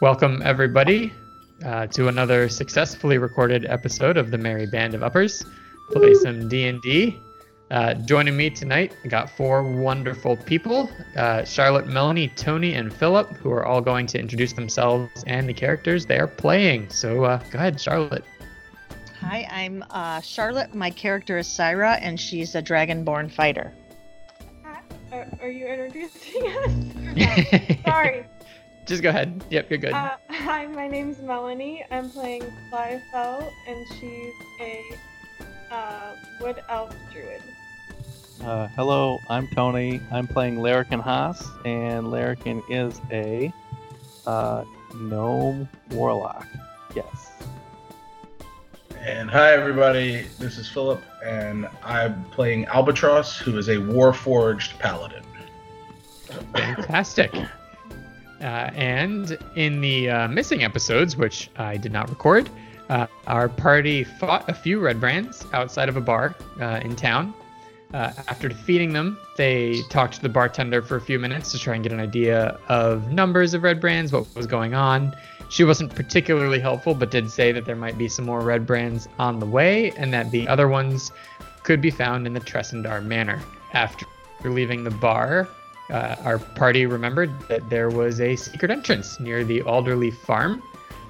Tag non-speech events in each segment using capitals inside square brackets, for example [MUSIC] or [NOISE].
Welcome, everybody, uh, to another successfully recorded episode of the Merry Band of Uppers. Play some D and D. Uh, Joining me tonight, I got four wonderful people: uh, Charlotte, Melanie, Tony, and Philip, who are all going to introduce themselves and the characters they are playing. So, uh, go ahead, Charlotte. Hi, I'm uh, Charlotte. My character is Syra, and she's a dragonborn fighter. Are, are you introducing [LAUGHS] us? [LAUGHS] No, Sorry. Just go ahead. Yep, you're good. Uh, hi, my name's Melanie. I'm playing Flyfell, and she's a uh, wood elf druid. Uh, hello, I'm Tony. I'm playing Larrikin Haas, and Larrikin is a uh, gnome warlock. Yes. And hi, everybody. This is Philip, and I'm playing Albatross, who is a Warforged Paladin. Fantastic. Uh, and in the uh, missing episodes, which I did not record, uh, our party fought a few red brands outside of a bar uh, in town. Uh, after defeating them, they talked to the bartender for a few minutes to try and get an idea of numbers of red brands, what was going on. She wasn't particularly helpful, but did say that there might be some more red brands on the way and that the other ones could be found in the Tresendar Manor. After leaving the bar, uh, our party remembered that there was a secret entrance near the Alderleaf farm.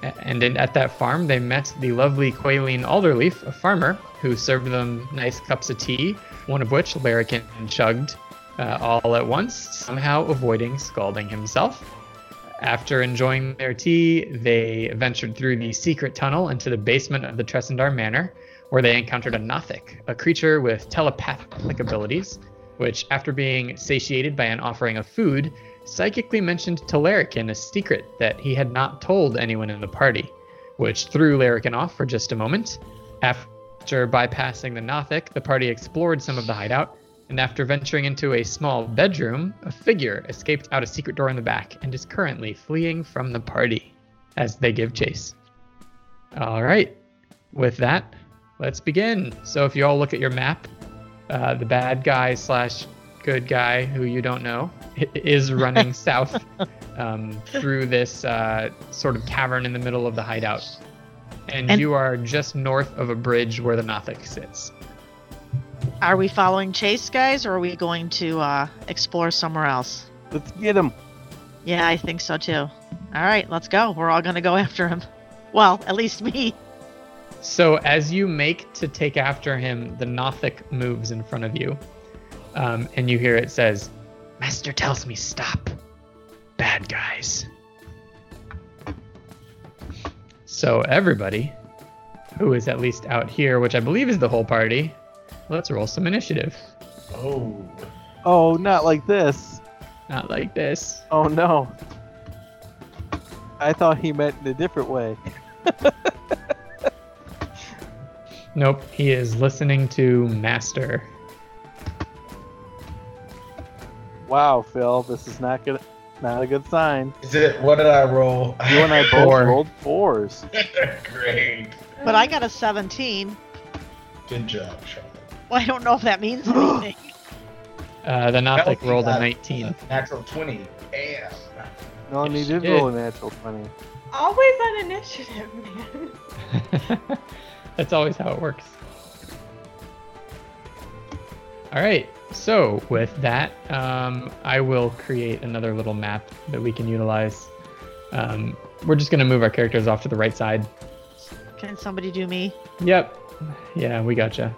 A- And in, at that farm, they met the lovely Quailine Alderleaf, a farmer, who served them nice cups of tea, one of which Larrikin chugged uh, all at once, somehow avoiding scalding himself. After enjoying their tea, they ventured through the secret tunnel into the basement of the Tresendar Manor, where they encountered a Nothic, a creature with telepathic abilities, which, after being satiated by an offering of food, psychically mentioned to Larrikin a secret that he had not told anyone in the party, which threw Larrikin off for just a moment. After bypassing the Nothic, the party explored some of the hideout, and after venturing into a small bedroom, a figure escaped out a secret door in the back and is currently fleeing from the party as they give chase. All right, with that, let's begin. So, if you all look at your map, uh, the bad guy slash good guy who you don't know [LAUGHS] i- is running south um, through this uh, sort of cavern in the middle of the hideout. And, And- you are just north of a bridge where the Nothic sits. Are we following Chase, guys, or are we going to uh, explore somewhere else? Let's get him. Yeah, I think so too. All right, let's go. We're all going to go after him. Well, at least me. So as you make to take after him, the Nothic moves in front of you, um, and you hear it says, "Master tells me stop, bad guys." So everybody, who is at least out here, which I believe is the whole party, let's roll some initiative. Oh. Oh, not like this. Not like this. Oh no. I thought he meant in a different way. Nope, he is listening to Master. Wow, Phil, this is not good. Not a good sign. Is it? What did I roll? You [LAUGHS] and I both Four. rolled fours. Oh, Great. But I got a 17. Good job, Charlotte. Well, I don't know if that means anything. Uh, the Nothic Melanie rolled a got 19. Natural 20. Damn. No, and he Yes, did you roll a natural twenty. Um, Always on initiative, man. [LAUGHS] That's always how it works. All right. So with that, um, I will create another little map that we can utilize. Um, we're just gonna move our characters off to the right side. Can somebody do me? Yep. Yeah, we gotcha.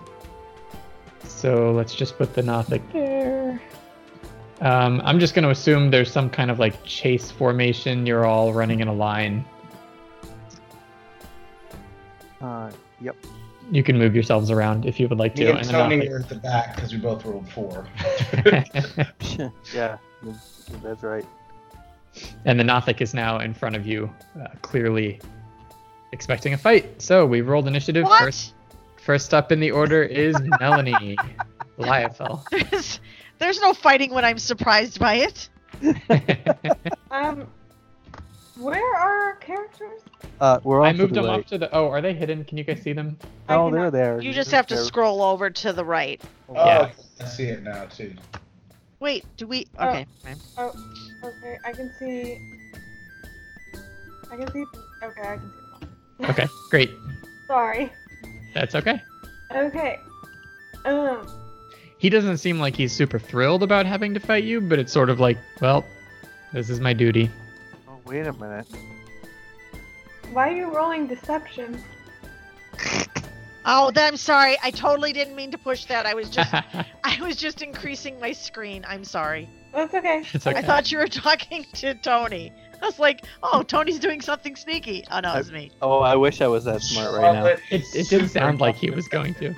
So let's just put the Nothic there. Um, I'm just gonna assume there's some kind of like chase formation. You're all running in a line. Uh, yep. You can move yourselves around if you would like to. Me and and the Tony Nothic- are at the back because we both rolled four. [LAUGHS] [LAUGHS] [LAUGHS] yeah, that's right. And the Nothic is now in front of you, uh, clearly expecting a fight. So we've rolled initiative. What? First, first up in the order is Melanie. Liafel. [LAUGHS] There's, there's no fighting when I'm surprised by it. Um, where are our characters? Uh, we're I off to moved the them right. off to the. Oh, are they hidden? Can you guys see [LAUGHS] them? I Oh, do they're not- there. You just have to They're- scroll over to the right. Oh, Yeah. I see it now, too. Wait, do we? Oh. Okay. Okay, I can see. I can see. Okay, I can see. them all. Okay, great. Sorry. That's okay. Okay. Um. He doesn't seem like he's super thrilled about having to fight you, but it's sort of like, well, this is my duty. [LAUGHS] Oh, wait a minute. Why are you rolling deception? Oh, th- I'm sorry. I totally didn't mean to push that. I was just I was just increasing my screen. I'm sorry. That's okay. it's okay. I thought you were talking to Tony. I was like, oh, Tony's doing something sneaky. Oh no, it's me. Oh, I wish I was that smart right now. Charlotte It- is it didn't super sound like he was going to.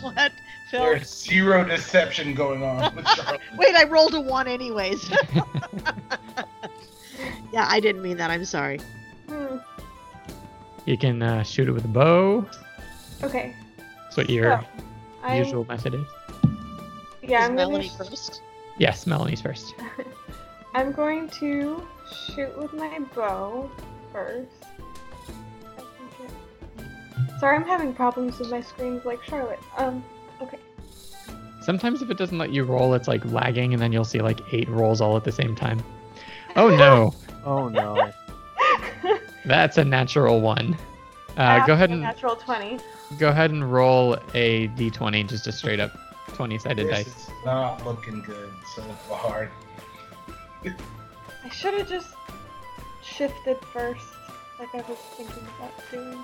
What, Phil? There's zero deception going on with Charlotte. Wait, I rolled a [LAUGHS] one anyways. [LAUGHS] yeah, I didn't mean that. I'm sorry. Hmm. You can uh, shoot it with a bow. Okay. That's what your So, I'm, usual method is. Yeah, Is I'm gonna, Melanie first. Yes, Melanie's first. I'm going to shoot with my bow first. I think it- Sorry, I'm having problems with my screens like Charlotte. Um. Okay. Sometimes if it doesn't let you roll, it's like lagging, and then you'll see like eight rolls all at the same time. Oh no, [LAUGHS] Oh no. that's a natural one. Uh, [LAUGHS] After go Uh, ahead the and natural twenty. go ahead and roll a d20, just a straight up 20-sided This dice. is not looking good so far. I should have just shifted first, like I was thinking about doing.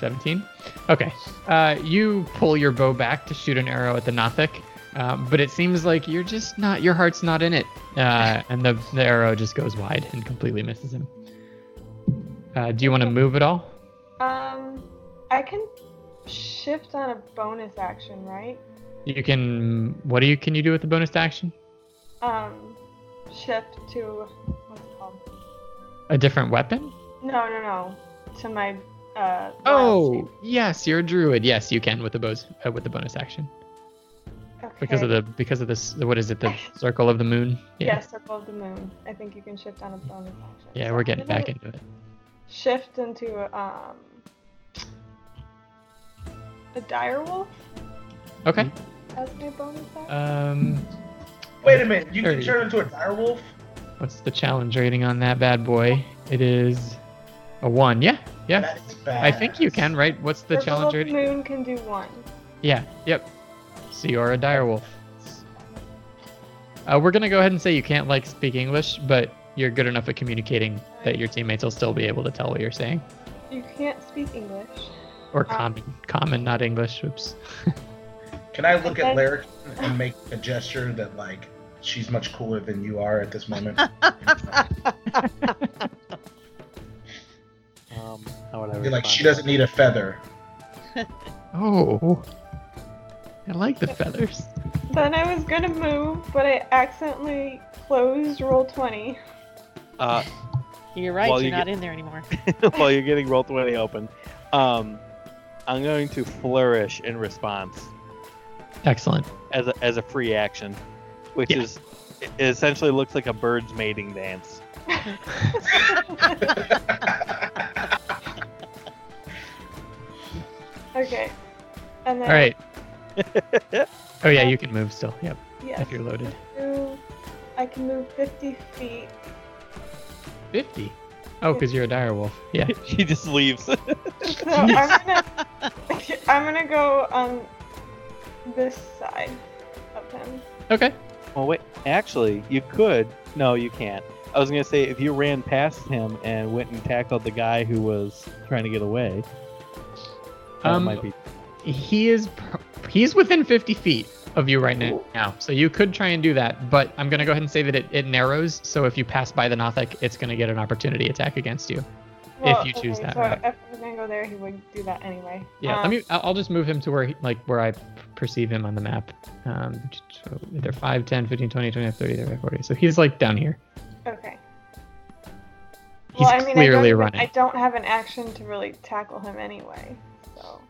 17. Okay. Uh, you pull your bow back to shoot an arrow at the Nothic, um, but it seems like you're just not, your heart's not in it. Uh, and the, the arrow just goes wide and completely misses him. Uh, do you want to move at all? Um, I can shift on a bonus action, right? You can, what do you, can you do with the bonus action? Um, shift to what's it called? A different weapon? No, no, no. To my uh. wild Oh, shape. yes, you're a druid. Yes, you can with the bows, uh, with the bonus action. Okay. Because of the, because of this, what is it, the circle of the moon? Yeah, circle of the moon. I think you can shift on a bonus action. Yeah, So we're I'm getting gonna back into it. Shift into um. A dire wolf Okay. as my bonus action. Mm-hmm. Um, Wait a minute, you There can you turn into a direwolf? What's the challenge rating on that bad boy? It is a one. Yeah, yeah. That's bad. I think you can, right? What's the Circle challenge of the rating? moon can do one. Yeah, yep. So you're a direwolf. Uh, we're gonna go ahead and say you can't like speak English, but you're good enough at communicating that your teammates will still be able to tell what you're saying. You can't speak English. Or common, common, not English. Oops. Can I look at Okay. Larrick and make a gesture that, like, she's much cooler than you are at this moment? Um, how would I You're like, respond she to doesn't need [LAUGHS] a feather. Oh, I like the feathers. Then I was gonna move, but I accidentally closed roll that? 20. Uh, [LAUGHS] You're right. Well, you're you not in there [LAUGHS] anymore. while you're getting rolled twenty open, um, I'm going to flourish in response Excellent. as a, as a free action, which Yeah. is it essentially looks like a bird's mating dance. [LAUGHS] Okay. And then, All right. Oh yeah, you can move still. Yep, yes, if you're loaded. move- I can move 50 feet. Fifty. Oh, because you're a direwolf. Yeah. she just leaves. [LAUGHS] So I'm gonna, [LAUGHS] I'm gonna go on this side of him. Okay. Well, Oh, wait. Actually, you could. No, you can't. I was gonna say if you ran past him and went and tackled the guy who was trying to get away, that Um, might be. He is pr- he's within 50 feet of you right now, now. So you could try and do that, but I'm going to go ahead and say that it, it narrows. So if you pass by the Nothic, it's going to get an opportunity attack against you. If you choose that So route. if I was gonna go there, he would do that anyway. Yeah. Um, let me I'll I'll just move him to where he, like where I p- perceive him on the map. Um so either 5, 10, 15, 20, 25, 30, 35, 40. So he's like down here. Okay. He's Well, I mean, I don't clearly even- running. I don't have an action to really tackle him anyway, so.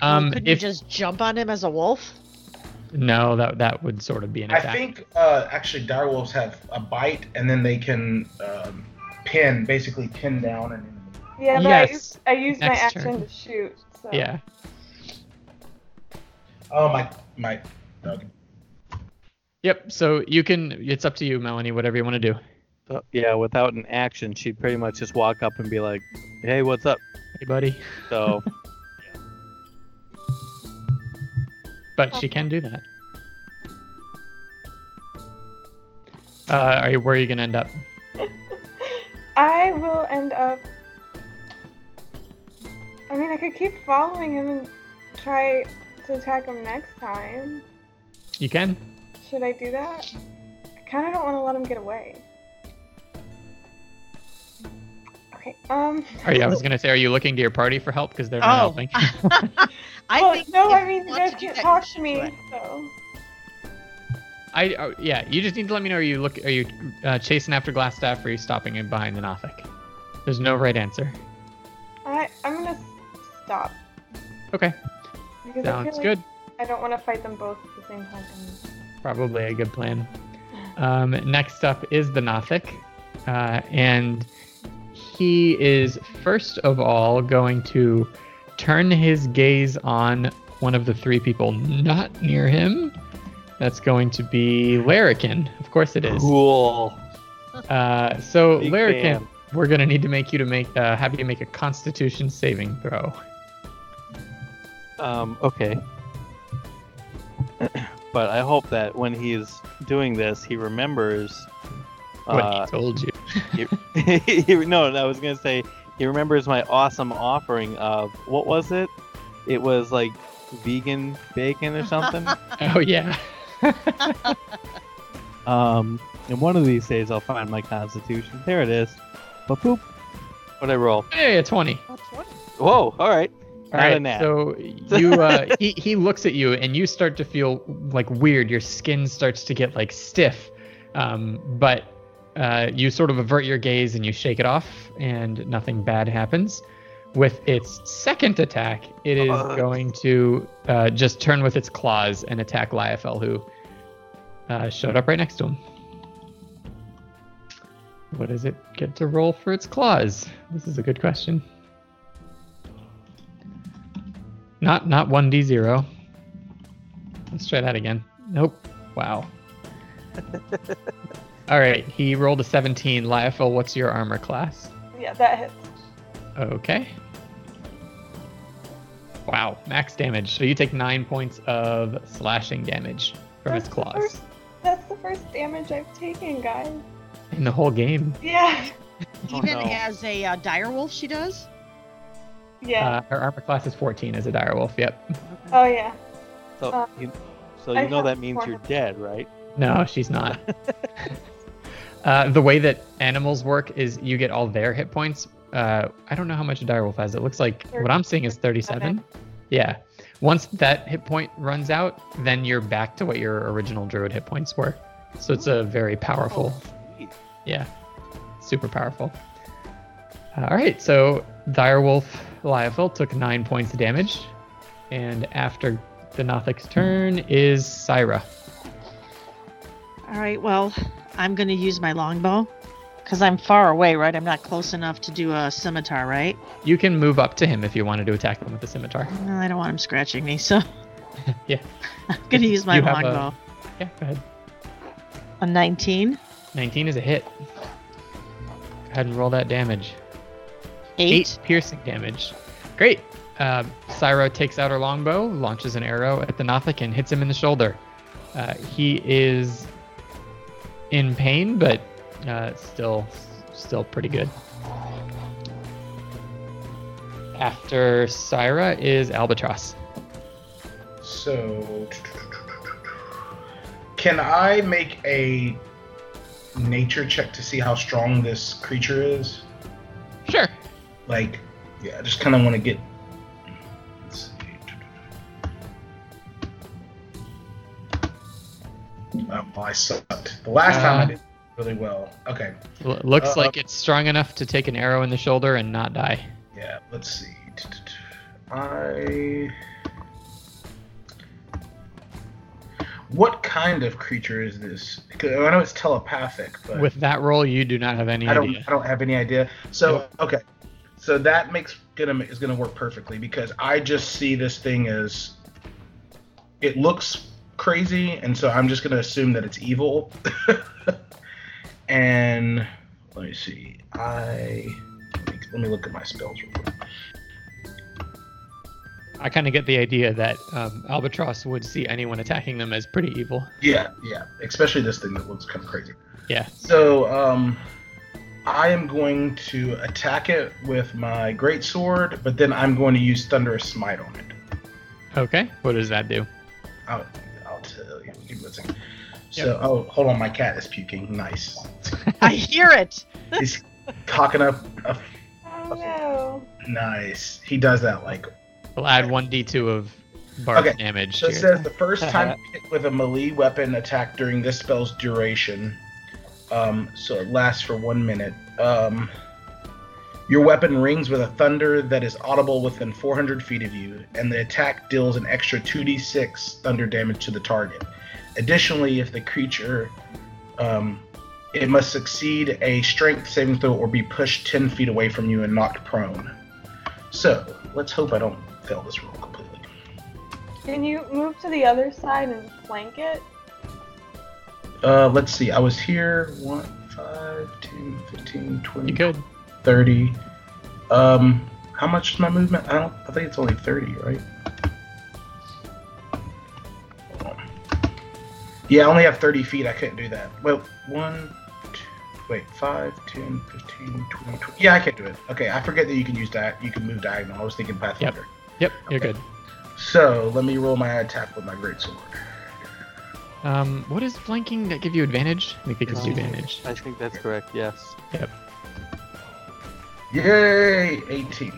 Um Couldn't if you just jump on him as a wolf? no, that that would sort of be an I attack. think, uh, actually, direwolves have a bite, and then they can um, pin, basically pin down an enemy. Yeah, but Yes. I used, I used my Next action turn. to shoot. So. yeah. Oh, my, my. Okay. Yep. So you can it's up to you, Melanie, whatever you want to do. uh, yeah, without an action, she'd pretty much just walk up and be like, "Hey, what's up?" Hey, buddy. So But she can do that. Uh, are you, where are you going to end up? I will end up. I mean, I could keep following him and try to attack him next time. You can. Should I do that? I kind of don't want to let him get away. Okay. Um. Are you, I was going to say, are you looking to your party for help? Because they're not Oh. helping. I well, think Oh, no, if I you mean you want guys to do can't that, talk you to me, should. so I, oh, yeah, you just need to let me know. Are you look? Are you uh, chasing after Glassstaff, or are you stopping it behind the Nothic? There's no right answer. I I'm gonna s- stop Okay, because I feel sounds like good. I don't want to fight them both at the same time. And Probably a good plan. Um, next up is the Nothic, uh, and he is first of all going to turn his gaze on one of the three people not near him. That's going to be Larrikin. Of course [LAUGHS] it is. cool. Uh, so Big Larrikin, fan. we're gonna need to make you to make uh, have you make a Constitution saving throw. Um, okay. [CLEARS THROAT] but I hope that when he's doing this, he remembers. What uh, he told you. [LAUGHS] [LAUGHS] he- no, I was gonna say he remembers my awesome offering of what was it? It was like vegan bacon or [LAUGHS] something. Oh yeah. um, and one of these days I'll find my constitution. There it is. But boop. What I roll? Hey, a twenty. That's what- Whoa! All right. All Not right, a nat. [LAUGHS] so you uh, he he looks at you and you start to feel like weird. Your skin starts to get like stiff, um, but uh, you sort of avert your gaze and you shake it off, and nothing bad happens. With its second attack, it is Ugh. going to uh, just turn with its claws and attack Lyafel, who uh, showed up right next to him. What does it get to roll for its claws? This is a good question. Not not one d zero. Let's try that again. Nope. Wow. All right. He rolled a seventeen. Lyafel, what's your armor class? yeah, that hits. Okay. Wow. Max damage. So you take nine points of slashing damage from its That's the claws first- That's the first damage I've taken, guys. in the whole game. Yeah. [LAUGHS] Oh, Even no. as a uh, direwolf, she does. Yeah. Uh, her armor class is 14 as a direwolf. Yep. oh yeah. So uh, you, so I you know have that means four you're hundred. dead, right? No, she's not. [LAUGHS] uh, the way that animals work is you get all their hit points. Uh, I don't know how much a direwolf has. It looks like what I'm seeing is 37. Yeah. Once that hit point runs out, then you're back to what your original druid hit points were. So it's a very powerful Jeez. yeah, super powerful. Uh, All right, so Direwolf Liefel took nine points of damage, and after the Nothic's turn is Syra. All right. Well, I'm gonna use my longbow because I'm far away, right? I'm not close enough to do a scimitar, right? You can move up to him if you wanted to attack him with the scimitar. [LAUGHS] No, I don't want him scratching me, so Yeah. I'm gonna use my You have a- longbow. Yeah, go ahead. A 19, 19 is a hit. Go ahead and roll that damage. 8. piercing damage. Great. Uh, Syra takes out her longbow, launches an arrow at the Nothic, and hits him in the shoulder. Uh, he is in pain, but uh, still, still pretty good. After Syra is Albatross. So, can I make a nature check to see how strong this creature is? Sure. Like, yeah, I just kind of want to get. Let's see. Oh, I sucked. The last time I Uh. did really well. Okay, L- looks Uh, like it's strong enough to take an arrow in the shoulder and not die. yeah, let's see. I. What kind of creature is this? 'Cause I know it's telepathic, but With that roll, you do not have any I don't idea. I don't have any idea. So okay, so that makes gonna is gonna work perfectly because I just see this thing as it looks crazy, [LAUGHS] and so I'm just gonna assume that it's evil, and Let me see. I let me, let me look at my spells real quick. I kind of get the idea that um, Albatross would see anyone attacking them as pretty evil. Yeah, yeah. Especially this thing that looks kind of crazy. Yeah. So um, I am going to attack it with my great sword, but then I'm going to use thunderous smite on it. Okay. What does that do? I'll, I'll tell you. Give me a second. So, oh, hold on, my cat is puking. Nice. I hear it. He's cocking up. A, Oh no. nice. He does that like. We'll add 1d2 of bark Okay, damage So it here. says the [LAUGHS] first time hit with a melee weapon attack during this spell's duration. Um, so it lasts for one minute. Um, your weapon rings with a thunder that is audible within 400 feet of you, and the attack deals an extra 2d6 thunder damage to the target. Additionally, if the creature, um, it must succeed a strength saving throw or be pushed 10 feet away from you and knocked prone. So let's hope I don't fail this roll completely. Can you move to the other side and flank it? Uh, let's see. I was here 1, 5, 10, 15, 20, You could. 30. Um, how much is my movement? I don't. I think it's only 30, right? Hold on. Yeah, I only have 30 feet. I couldn't do that. Well, 1, 2, wait, 5, 10, 15, 20, 20. Yeah, I can do it. Okay, I forget that you can use that. You can move diagonal. I was thinking Pathfinder. Yep, you're Okay. good. So let me roll my attack with my great sword. Um, what is flanking that give you advantage? I think it gives you Um, advantage. I think that's correct. Yes. Yay! 18.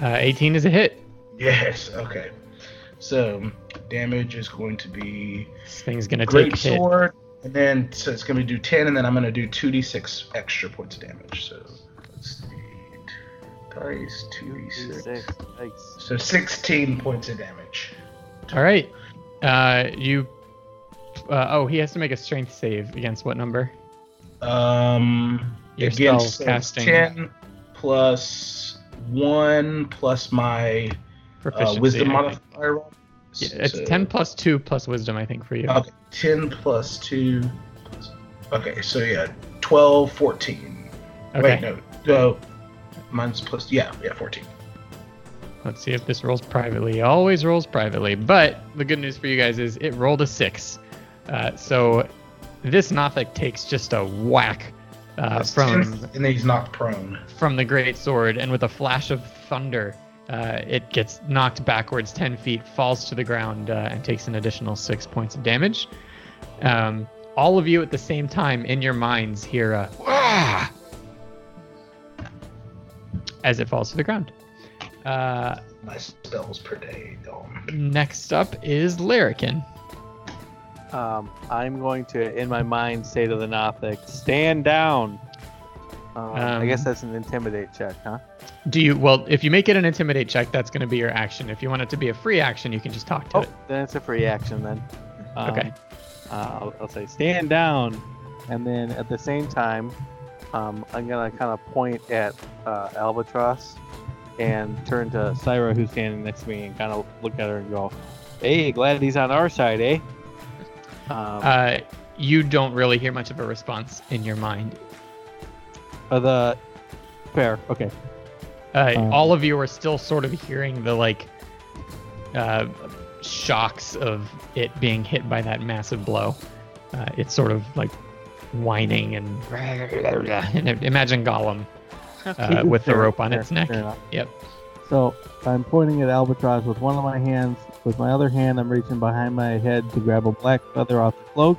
Uh, 18 is a hit. Yes. Okay. So damage is going to be This thing's gonna great take a hit. sword, and then so it's going to do ten, and then I'm going to do two d six extra points of damage. So let's see, dice two d six. Six. Yikes. So sixteen points of damage. All right. Uh, you. Uh, oh, he has to make a strength save against what Uh, number? Um, Your again, spell so casting ten plus one plus my uh, proficiency. wisdom I think. modifier. roll. Yeah, it's So- 10 plus 2 plus wisdom, I think, for you. Okay, 10 plus 2. plus- Okay, so yeah, 12, 14. Wait, no. No. Mine's plus. Yeah, yeah, 14. Let's see if this rolls privately. It always rolls privately, but the good news for you guys is it rolled a six. Uh, so this Nothic takes just a whack uh, That's [LAUGHS] from 10, and then he's knocked prone. from the great sword, and with a flash of thunder, uh, it gets knocked backwards 10 feet, falls to the ground, uh, and takes an additional six points of damage. Um, all of you at the same time, in your minds, hear a "Wah!" as it falls to the ground. Uh, My spells per day. Don't. Next up is Larrikin. Um, I'm going to, in my mind, say to the Nothic, "Stand down." Um, I Um, guess that's an intimidate check, huh? Do you well if you make it an intimidate check, that's gonna be your action. If you want it to be a free action, you can just talk to Oh, it. then it's a free action then. Um, [LAUGHS] Okay. Uh, I'll, I'll say stand down, and then at the same time, um, I'm gonna kind of point at uh, Albatross, and turn to Syra who's standing next to me, and kind of look at her and go, "Hey, glad he's on our side, eh?" Um, Uh, you don't really hear much of a response in your mind. uh, the fair, okay. Uh, Um, all of you are still sort of hearing the like uh, shocks of it being hit by that massive blow. Uh, it's sort of like whining and, and imagine Gollum uh, with the Fair, rope on fair, its neck. fair enough. Yep. So I'm pointing at Albatross with one of my hands. With my other hand, I'm reaching behind my head to grab a black feather off the cloak,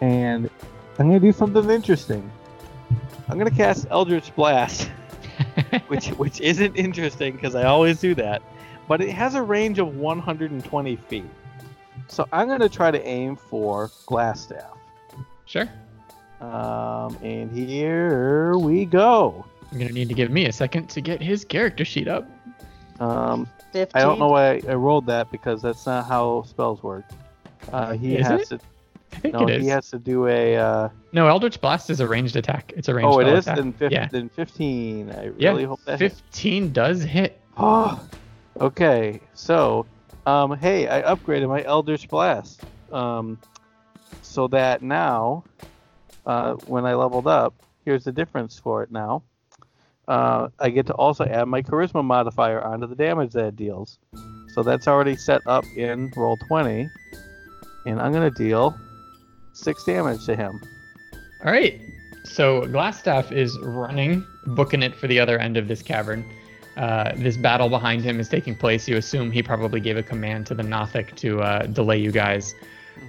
and I'm gonna do something interesting. I'm gonna cast Eldritch [LAUGHS] Blast, which which isn't interesting because I always do that, but it has a range of 120 feet. So I'm gonna try to aim for Glassstaff. Sure. Um, and here we go. You're gonna need to give me a second to get his character sheet up. Um, 15. I don't know why I, I rolled that because that's not how spells work. Uh, he Is has I to think no, it is. he has to do a. Uh, No, Eldritch Blast is a ranged attack. It's a ranged oh, it spell is attack. then, fif- Yeah. then fifteen. I Yeah, really hope that. hits. 15 does hit. Oh, okay. So, um, hey, I upgraded my Elder's Blast, um, so that now, uh, when I leveled up, Here's the difference for it now. Uh, I get to also add my charisma modifier onto the damage that it deals. So that's already set up in roll 20. And I'm going to deal 6 damage to him. All right. So Glassstaff is running, booking it for the other end of this cavern. Uh, this battle behind him is taking place. You assume he probably gave a command to the Nothic to uh, delay you guys.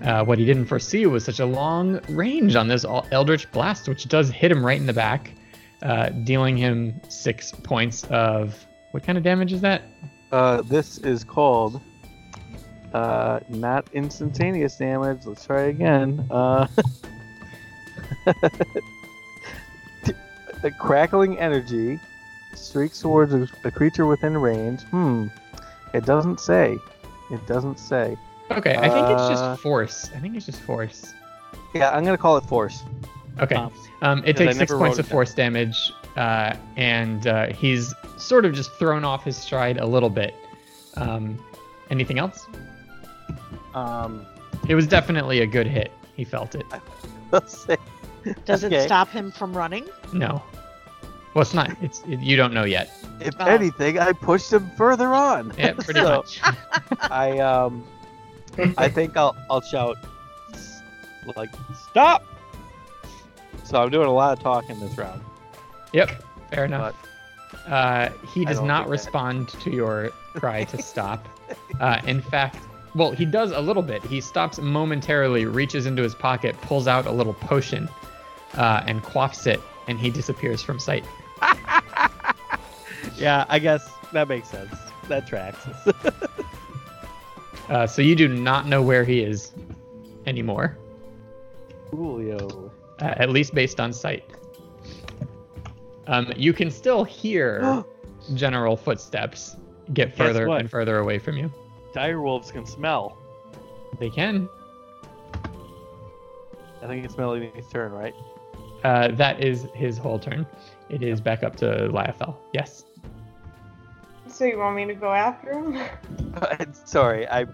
Uh, what he didn't foresee was such a long range on this El- Eldritch Blast, which does hit him right in the back, uh, dealing him six points of. What kind of damage is that? Uh, this is called uh, not instantaneous damage. Let's try again. Uh, [LAUGHS] the crackling energy streaks towards a, a creature within range. Hmm. It doesn't say. It doesn't say. Okay, I think it's Uh, just force. I think it's just force. Yeah, I'm gonna call it force. Okay. Um, Um, it Because I takes six never points wrote of it force damage, uh, and uh, he's sort of just thrown off his stride a little bit. Um, anything else? um, [LAUGHS] It was definitely a good hit. He felt it. let's say. Does Okay. it stop him from running? No. Well, it's not. It's it, you don't know yet. If Oh. anything, I pushed him further on. [LAUGHS] Yeah, pretty So- much. I um, I think I'll I'll shout s- like stop. So I'm doing a lot of talking this round. Yep. Fair enough. Uh, he I does don't not think that- respond to your cry to stop. Uh, in fact, well, he does a little bit. He stops momentarily, reaches into his pocket, pulls out a little potion, uh, and quaffs it, and he disappears from sight. Yeah, I guess that makes sense. That tracks. [LAUGHS] Uh, so you do not know where he is anymore, Julio. uh, at least based on sight. Um, you can still [GASPS] hear general footsteps get further what? and further away from you. Dire wolves can smell. They can. I think it's Melanie's turn, [LAUGHS] right? Uh, that is his whole turn. It is back up to Lyathel. Yes. So you want me to go after him? [LAUGHS] Sorry, I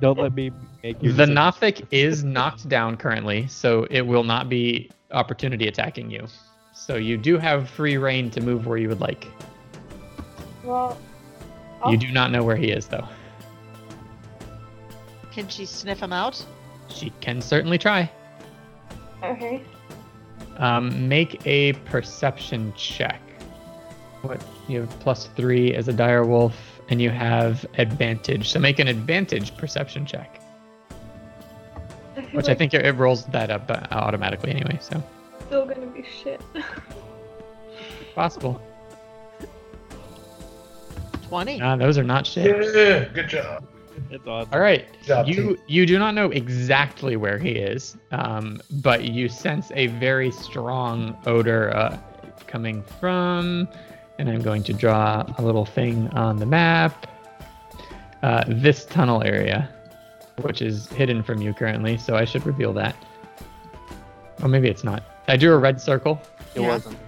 don't let me make you. The Nothic is knocked down currently, so it will not be opportunity attacking you. So you do have free reign to move where you would like. Well, You I'll- do not know where he is, though. Can she sniff him out? She can certainly try. Okay. Um, make a perception check. What you have plus three as a dire wolf, and you have advantage. So make an advantage perception check, I feel which I like think it, it rolls that up uh, automatically anyway. So it's still gonna be shit. possible. 20. Nah, those are not shit. Yeah, good job. It's awesome. All right. Job You you do not know exactly where he is, um, but you sense a very strong odor uh, coming from, and I'm going to draw a little thing on the map. Uh, this tunnel area, which is hidden from you currently, so I should reveal that. Oh, maybe it's not. I drew a red circle. It Yeah. wasn't.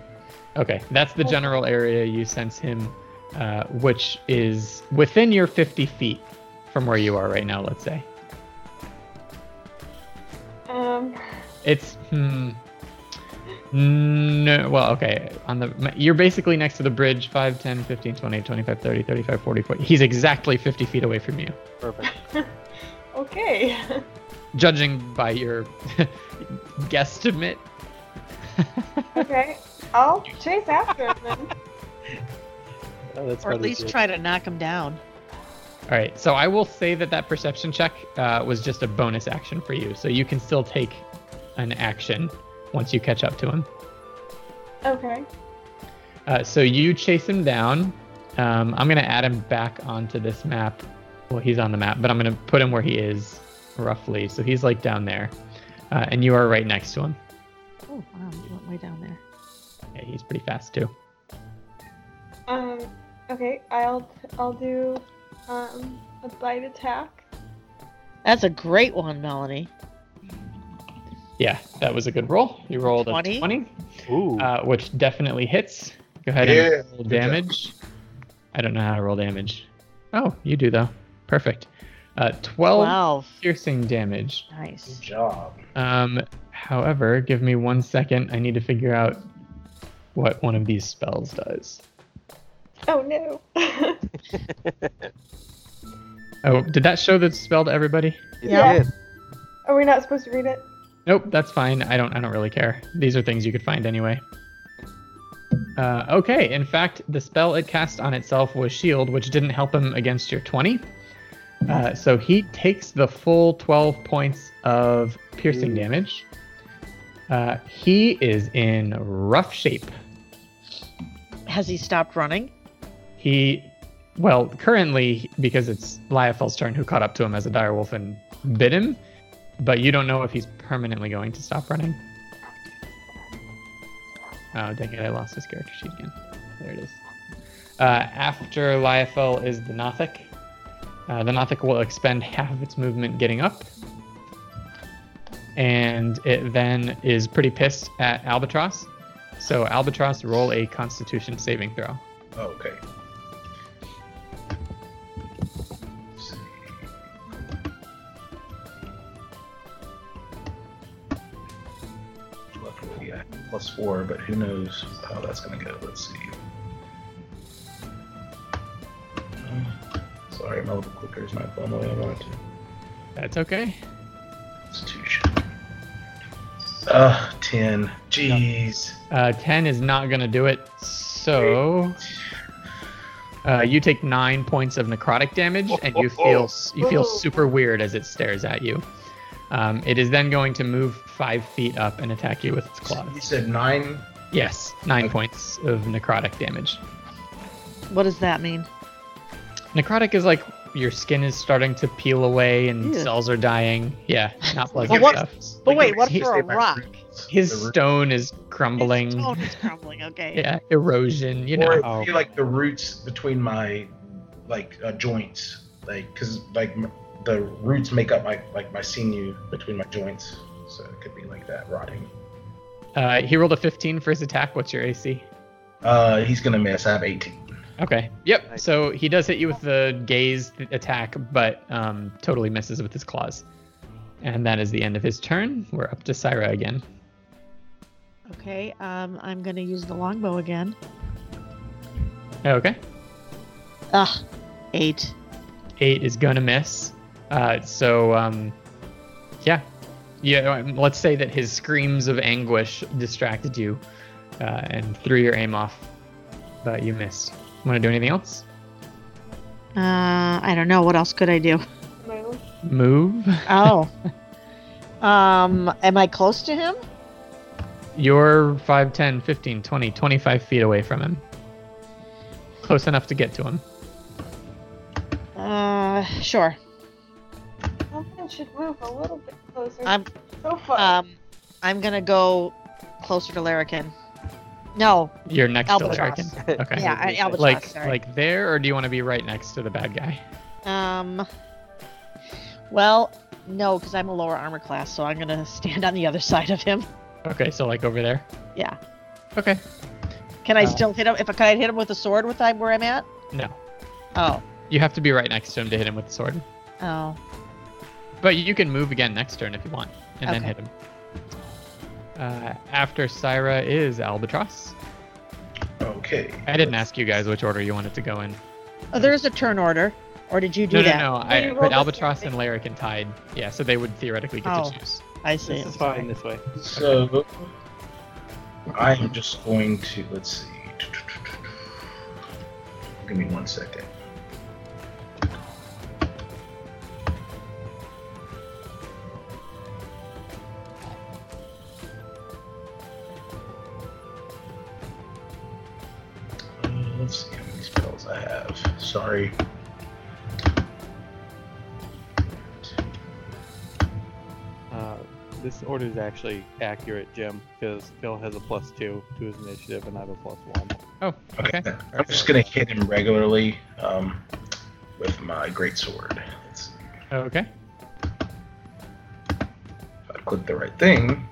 Okay, that's the general area you sense him, uh, which is within your 50 feet from where you are right now, let's say. Um, It's, hmm. No, well, okay. On the You're basically next to the bridge 5, 10, 15, 20, 25, 30, 35, 40, 40. He's exactly 50 feet away from you, Perfect. okay. [LAUGHS] judging by your [LAUGHS] guesstimate. [LAUGHS] okay. I'll chase after him then. Oh, that's Or at probably least good. try to knock him down. All right, so I will say that that perception check uh, was just a bonus action for you, so you can still take an action once you catch up to him. Okay. Uh, so you chase him down. Um, I'm gonna add him back onto this map. Well, he's on the map, but I'm gonna put him where he is roughly. So he's like down there, uh, and you are right next to him. Oh, wow. He went way down there. Yeah, he's pretty fast too. Um, okay. I'll I'll do um a bite attack. That's a great one, Melanie. Yeah, that was a good roll. You rolled a 20? 20, Ooh. uh, which definitely hits. Go ahead Yeah, and roll good job. damage. I don't know how to roll damage. Oh, you do though. Perfect. Uh, 12 12. piercing damage. Nice. Good job. Um, however, give me one second. I need to figure out what one of these spells does. Oh no. Oh, did that show the spell to everybody? It Yeah. is. [LAUGHS] Are we not supposed to read it? Nope, that's fine. I don't. I don't really care. These are things you could find anyway. Uh, okay. In fact, the spell it cast on itself was shield, which didn't help him against your twenty. Uh, so he takes the full twelve points of piercing Ooh. damage. Uh, he is in rough shape. Has he stopped running? He, well, currently because it's Lyafel's turn who caught up to him as a direwolf and bit him, but you don't know if he's permanently going to stop running. Oh dang it! I lost his character sheet again. There it is. Uh, after Lyaphel is the Nothic. Uh, the Nothic will expend half of its movement getting up. And it then is pretty pissed at Albatross. So, Albatross, roll a constitution saving throw. Oh, okay. Luckily, I have plus four, but who knows how that's gonna go? Let's see. Um, Sorry, my little clicker is not going the way I want it to. That's okay. Constitution. Ugh, ten. Jeez. Uh, 10 is not going to do it. So uh, you take 9 points of necrotic damage and you feel you feel super weird as it stares at you. Um, it is then going to move 5 feet up and attack you with its You claws. said nine. Yes, 9 points of necrotic damage. What does that mean? Necrotic is like your skin is starting to peel away and Ew. cells are dying. Yeah, not pleasant Well, what- stuff. But Like wait, what he- for a rock? His The root- stone is His crumbling. tone is crumbling. Okay. [LAUGHS] Yeah, erosion, you or know. I feel like the roots between my like uh, joints, like because like m- the roots make up my like my sinew between my joints, so it could be like that rotting. Uh, he rolled a 15 for his attack. What's your AC? Uh, he's gonna miss. I have 18. Okay. Yep. Nice. So he does hit you with the gaze attack, but um, totally misses with his claws. And that is the end of his turn. We're up to Syra again. Okay. Um, I'm gonna use the longbow again. Okay. Ugh. Eight. Eight is gonna miss. Uh, so um, yeah, yeah. um, Let's say that his screams of anguish distracted you uh, and threw your aim off, but you missed. Want to do anything else? Uh, I don't know. What else could I do? [LAUGHS] Move. Move. [LAUGHS] Oh. um, am I close to him? You're 5, 10, 15, 20, 25 feet away from him. Close enough to get to him. Uh, sure. Something should move a little bit closer. I'm so Oh. far. um, I'm gonna go closer to Larrikin. No. You're next Albatross. to [LAUGHS] Larrikin. Okay. Yeah, I, Albatross. like sorry. like there or do you want to be right next to the bad guy? Um. Well, no, because I'm a lower armor class, so I'm gonna stand on the other [LAUGHS] side of him. Okay, so like over there. Yeah. Okay. Can I Uh, still hit him? If I can I hit him with a sword with I'm where I'm at? No. Oh. You have to be right next to him to hit him with the sword. Oh. But you can move again next turn if you want and then Okay. hit him. Uh, after Syra is Albatross. Okay. I didn't ask you guys which order you wanted to go in. Oh, there is a turn order. Or did you do No, no, that? no. Well, you I, rolled but the Albatross same and Larrikin tied. Yeah, so they would theoretically get Oh. to choose. I see. This is fine this way. So I am just going to let's see. Give me one second. Uh, Let's see how many spells I have. Sorry. Uh, this order is actually accurate, Jim, because Phil has a plus two to his initiative, and I have a plus one. Oh, [LAUGHS] okay. I'm just gonna hit him regularly um, with my great sword. Let's see. Okay. If I click the right thing.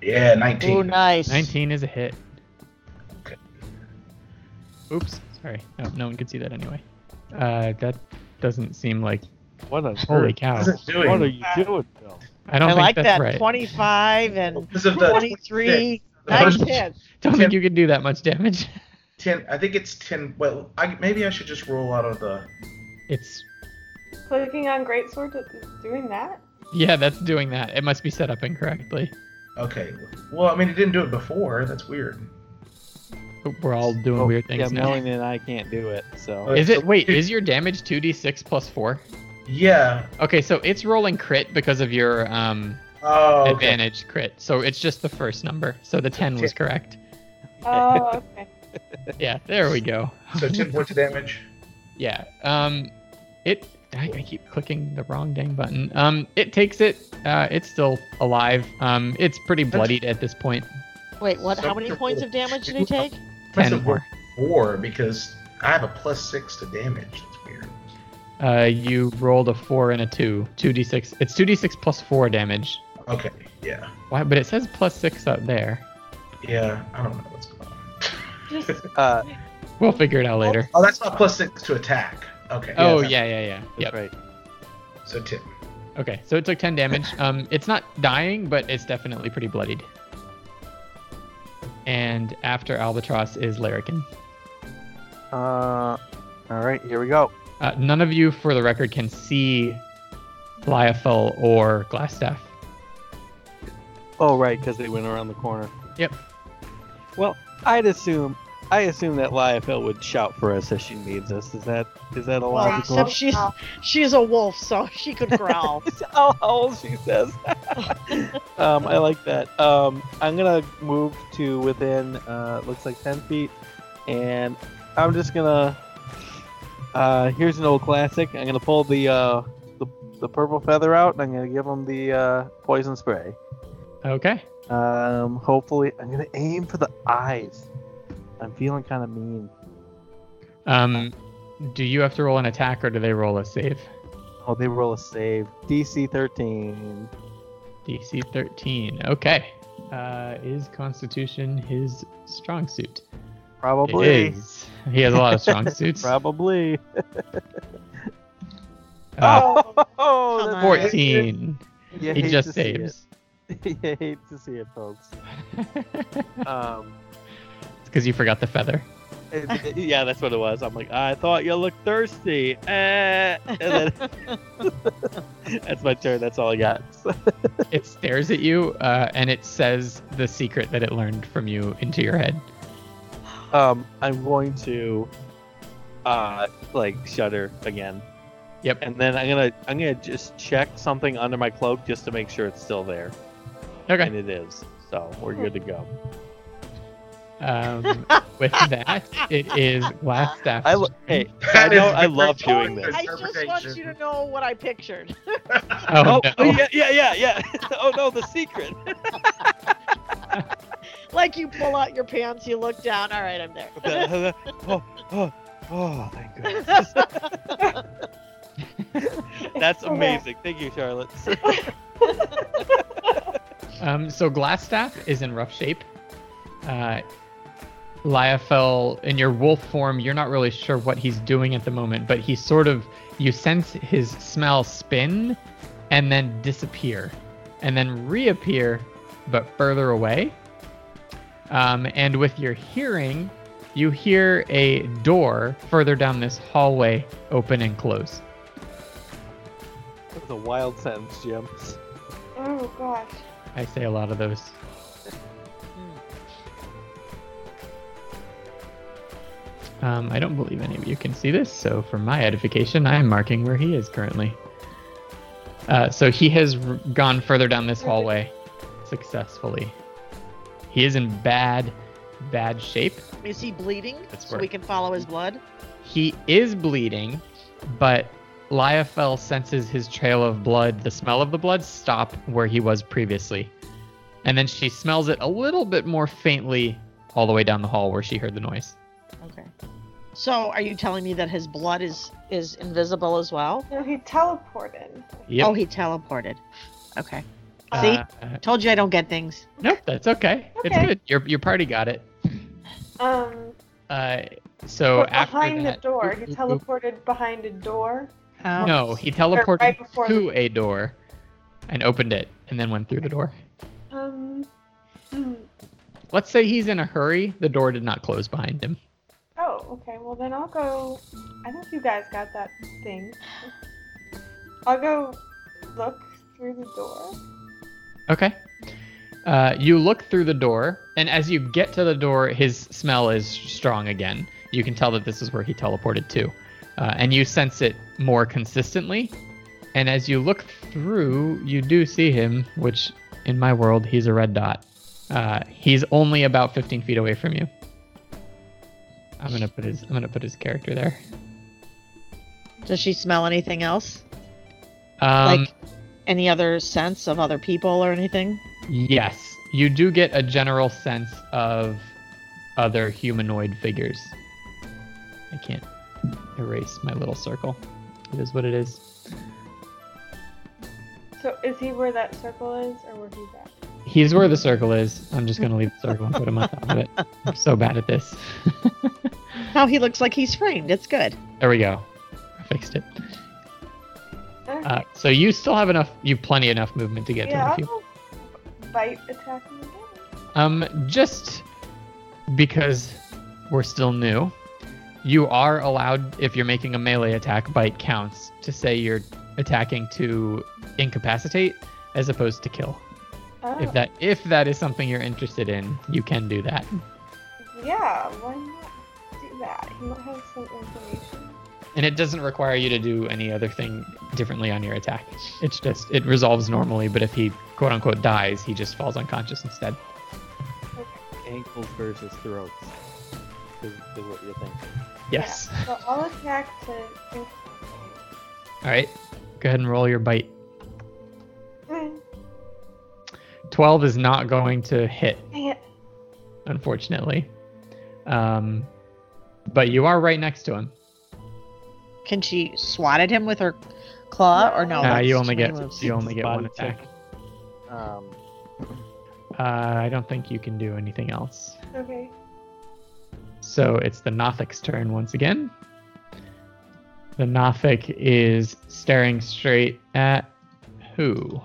Yeah, 19. Ooh, Oh, nice. 19 is a hit. Okay. Oops, sorry. No, no one could see that anyway. Uh, that doesn't seem like What on Holy earth? cow! What is it doing? What are you doing, Bill? I don't I think like that's that. right. 25 and This is the 23. 26. Nice hit. Don't think you can do that much damage. [LAUGHS] Ten. I think it's ten. Well, I, maybe I should just roll out of the. It's Clicking on Greatsword is [LAUGHS] doing that? yeah, that's doing that. It must be set up incorrectly. Okay. Well, I mean, it didn't do it before. That's weird. We're all doing Oh, weird things yeah, now. Melanie and I can't do it. So Uh, Is it? Wait, it- is your damage two d six plus four? Yeah. Okay, so it's rolling crit because of your um Oh. Okay. advantage crit. So it's just the first number. So the ten [LAUGHS] was correct. Oh, okay. Yeah, there we go. So ten points [LAUGHS] of damage. Yeah. Um, it. I, I keep clicking the wrong dang button. Um, it takes it. Uh, it's still alive. Um, it's pretty bloodied at this point. Wait, what? How many points of damage did he take? Must Ten have more. Four because I have a plus six to damage. That's weird. Uh, you rolled a four and a two. Two d six. It's two d six plus four damage. Okay. Yeah. Why? But it says plus six up there. Yeah. I don't know what's going on. Just uh, We'll figure it out later. Oh, that's not plus six to attack. Okay. Oh that's- yeah, yeah, yeah. that's Yep. right. So ten. Okay. So it took ten [LAUGHS] damage. Um, it's not dying, but it's definitely pretty bloodied. And after Albatross is Larrikin. Uh, all right, here we go. Uh, none of you, for the record, can see Lyophil or Glassstaff. Oh, right, because they went around the corner. Yep. Well, I'd assume I assume that Lyafel would shout for us if she needs us. Is that is that a Well, logical? except she's she's a wolf, so she could growl. [LAUGHS] oh, how old she says. [LAUGHS] um, I like that. Um, I'm gonna move to within. Uh, looks like ten feet, and I'm just gonna. Uh, here's an old classic. I'm gonna pull the uh, the, the purple feather out, and I'm gonna give him the uh, poison spray. Okay. Um, hopefully, I'm gonna aim for the eyes. I'm feeling kind of mean. Um, do you have to roll an attack or do they roll a save? Oh, they roll a save. DC 13. DC 13. Okay. Uh, is Constitution his strong suit? Probably. It is. He has a lot of [LAUGHS] strong suits. Uh, Probably. Oh, Oh, come that's- on. 14. you Uh, He hate just to see it. saves. [LAUGHS] you hate to see it, [LAUGHS] folks. Um, Because you forgot the [LAUGHS] feather. it- it- yeah, that's what it was. I'm like, I thought you looked thirsty. Eh. And then, [LAUGHS] that's my turn. That's all I got. [LAUGHS] It stares at you uh, and it says the secret that it learned from you into your head. um, I'm going to, uh, like shudder again. Yep. And then I'm gonna I'm gonna just check something under my cloak just to make sure it's still there, Okay. and it is. So we're good to go. Um, with that, it is Glassstaff. I lo- hey, That I know is I love great doing this. I just want you to know what I pictured. Oh, Oh, no. oh, yeah, yeah, yeah, yeah. [LAUGHS] oh no, the secret. [LAUGHS] Like you pull out your pants, you look down. All right, I'm there. oh, oh, oh, thank goodness. That's amazing. Thank you, Charlotte. [LAUGHS] Um, so Glassstaff is in rough shape. Uh, Lyafel, in your wolf form, you're not really sure what he's doing at the moment, but he sort of, you sense his smell spin and then disappear and then reappear, but further away. Um, and with your hearing, you hear a door further down this hallway open and close. That was a wild sentence, Jim. Oh gosh. I say a lot of those. Um, I don't believe any of you can see this, so for my edification, I am marking where he is currently. Uh, so he has r- gone further down this hallway successfully. He is in bad, bad shape. Is he bleeding? That's so right. we can follow his blood. He is bleeding, but Lyafel senses his trail of blood, the smell of the blood, stop where he was previously. And then she smells it a little bit more faintly all the way down the hall where she heard the noise. Okay. So are you telling me that his blood is is invisible as well? No, he teleported. Yep. Oh, he teleported. Okay. Uh, See, told you I don't get things. nope, that's okay. It's Okay. good. Your, your party got it. Um, Uh, so but after behind that, the door. [LAUGHS] He Oop, oop, oop. teleported behind a door. Out. No, he Or teleported right before to a door and opened it and then went through the door. the- um. [CLEARS THROAT] hmm. Let's say he's in a hurry, the door did not close behind him. Oh, okay. Well, then I'll go. I think you guys got that thing. I'll go look through the door. Okay. Uh, you look through the door, and as you get to the door, his smell is strong again. You can tell that this is where he teleported to, uh, and you sense it more consistently. And as you look through, you do see him, which in my world, he's a red dot. Uh, he's only about 15 feet away from you. I'm gonna put his I'm gonna put his character there. Does she smell anything else? Um, like any other sense of other people or anything? Yes, you do get a general sense of other humanoid figures. I can't erase my little circle. It is what it is. So is he where that circle is, or where he's at? He's where the circle is. I'm just gonna leave the circle and put him on top of it. I'm so bad at this. [LAUGHS] Now he looks like he's framed. It's good. there we go. I fixed it. Okay. Uh, so you still have enough. You have plenty enough movement to get to yeah, I'll him. go bite attack him again. Um, just because we're still new, you are allowed, if you're making a melee attack, bite counts to say you're attacking to incapacitate as opposed to kill. Oh, If that if that is something you're interested in, you can do that. yeah, why not do that? He might have some information. And it doesn't require you to do any other thing differently on your attack. It's just it resolves normally, but if he quote unquote dies, he just falls unconscious instead. Ankles versus throats is, is what you're thinking. Yes. Yeah, so I'll attack to. [LAUGHS] [LAUGHS] All right. Go ahead and roll your bite. Mm, 12 is not going to hit. Dang it. unfortunately. Um, but you are right next to him. Can she swat at him with her claw or no? Nah, that's you too only many get moves. you only get Spot one attack. attack. Um, Uh, I don't think you can do anything else. Okay. So it's the Nothic's turn once again. The Nothic is staring straight at who?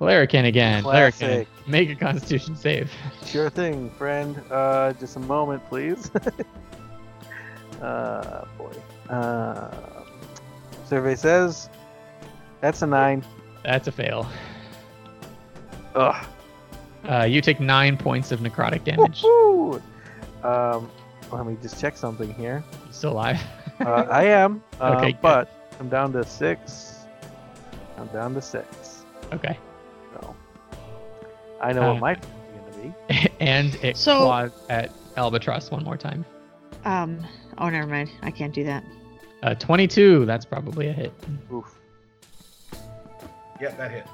Larrikin again. Larrikin, Classic. make a Constitution save. [LAUGHS] sure thing, friend. Uh, just a moment, please. [LAUGHS] uh, boy. Uh, survey says that's a nine. That's a fail. Ugh. Uh, you take nine points of necrotic damage. Woo! Um, let me just check something here. Still alive. [LAUGHS] Uh, I [LAUGHS] am, uh, Okay, good. but I'm down to six. I'm down to six. Okay. So I know Uh, what my is going to be. and it So- claws at albatross one more time. Um. Oh, never mind. I can't do that. Uh, 22. That's probably a hit. Oof. Yep, that hit.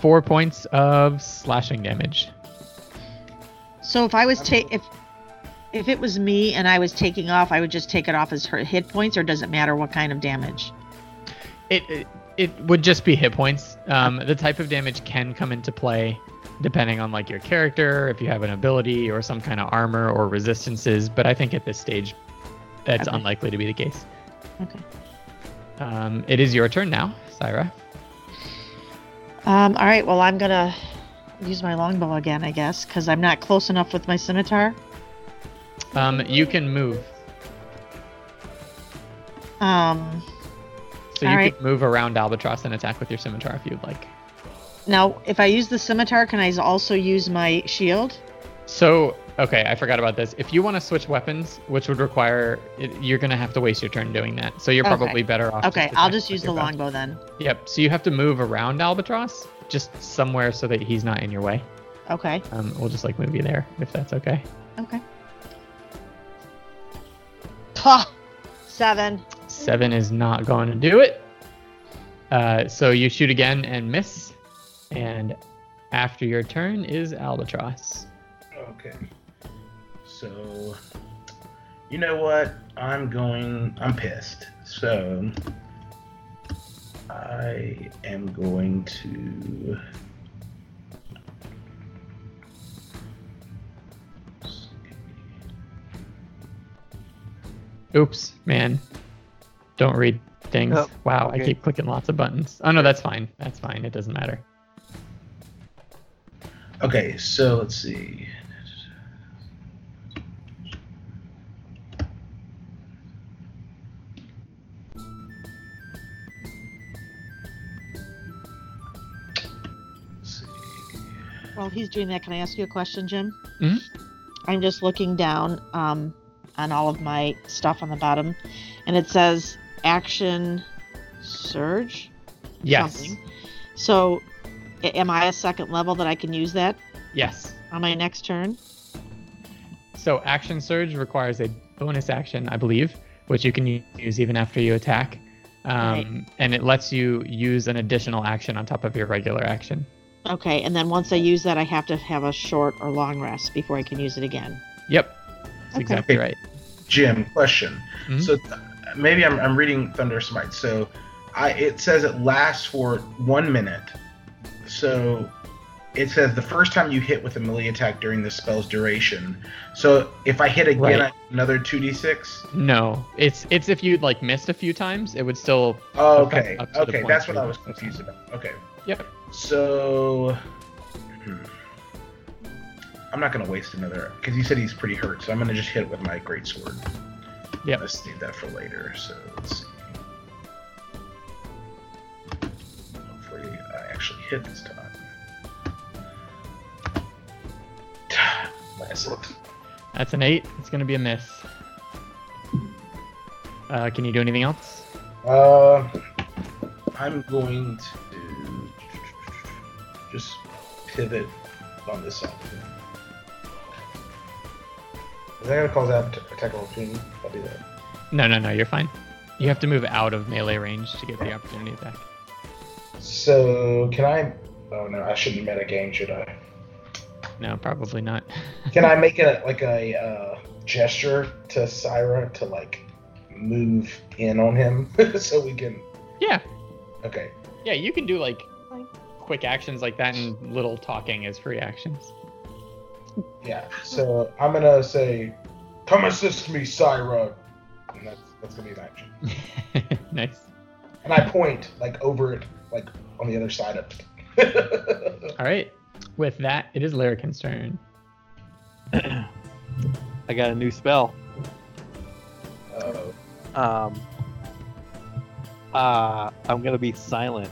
Four points of slashing damage. So if I was ta- if if it was me and I was taking off, I would just take it off as her hit points, or does it matter what kind of damage? It it, it would just be hit points. Um, the type of damage can come into play depending on like your character, if you have an ability or some kind of armor or resistances. But I think at this stage, that's Okay. unlikely to be the case. Okay. Um, it is your turn now, Syra. Um. All right. Well, I'm gonna use my longbow again, I guess, because I'm not close enough with my scimitar. Um, you can move, Um. so All you right. can move around albatross and attack with your scimitar if you'd like. Now, if I use the scimitar, can I also use my shield? So, okay, I forgot about this. If you want to switch weapons, which would require, it, you're going to have to waste your turn doing that. So you're Okay. probably better off. Okay, I'll attack just with use the your bow. longbow then. Yep. So you have to move around Albatross, just somewhere so that he's not in your way. Okay. Um, we'll just like move you there if that's okay. Okay. Ha! Seven. Seven is not going to do it. Uh, so you shoot again and miss, and after your turn is Albatross. Okay. So, you know what? I'm going. I'm pissed. So, I am going to. Oops, man. Don't read things. Oh, wow, I okay. keep clicking lots of buttons. Oh no, that's fine. That's fine. It doesn't matter. Okay, so let's see. Let's see. While he's doing that, can I ask you a question, Jim? Mhm. I'm just looking down um, on all of my stuff on the bottom, and it says action surge. Yes. Something. So, a- am I a second level that I can use that Yes. on my next turn? So action surge requires a bonus action, I believe, which you can u- use even after you attack, um, Right. and it lets you use an additional action on top of your regular action. Okay, and then once I use that, I have to have a short or long rest before I can use it again. Yep. That's Okay. exactly right. Jim, question. Mhm. So th- maybe I'm, I'm reading Thunder Smite. So I it says it lasts for one minute. So it says the first time you hit with a melee attack during the spell's duration. So if I hit again, Right. I have another 2d6. No, it's it's if you like missed a few times, it would still Oh, Okay, okay. up to the Okay, point that's where what I you- was confused about. Okay. Yep. So. hmm. I'm not going to waste another. Because you said he's pretty hurt, so I'm going to just hit it with my greatsword. Yep. Let's need that for later, so let's see. Hopefully, I actually hit this time. [SIGHS] Nice. That's an eight. It's gonna be a miss. Uh, can you do anything else? Uh, I'm going to just pivot on this side. Is that gonna cause out attack of opportunity? if I do that. No, no, no. You're fine. You have to move out of melee range to get the opportunity attack. So can I? Oh no, I shouldn't meta game, should I? No, probably not. Can I make a like a uh, gesture to Syra to like move in on him [LAUGHS] so we can? [LAUGHS] Yeah, Okay. yeah. You can do like Like- quick actions like that, and little talking as free [LAUGHS] actions. Yeah. So I'm gonna say, "Come assist me, Syra," and that's that's gonna be an action. nice. And I point like over it, like on the other side of it. [LAUGHS] All right. With that, it is Larrikin's turn. I got a new spell. Uh, Um, uh, I'm gonna be silent.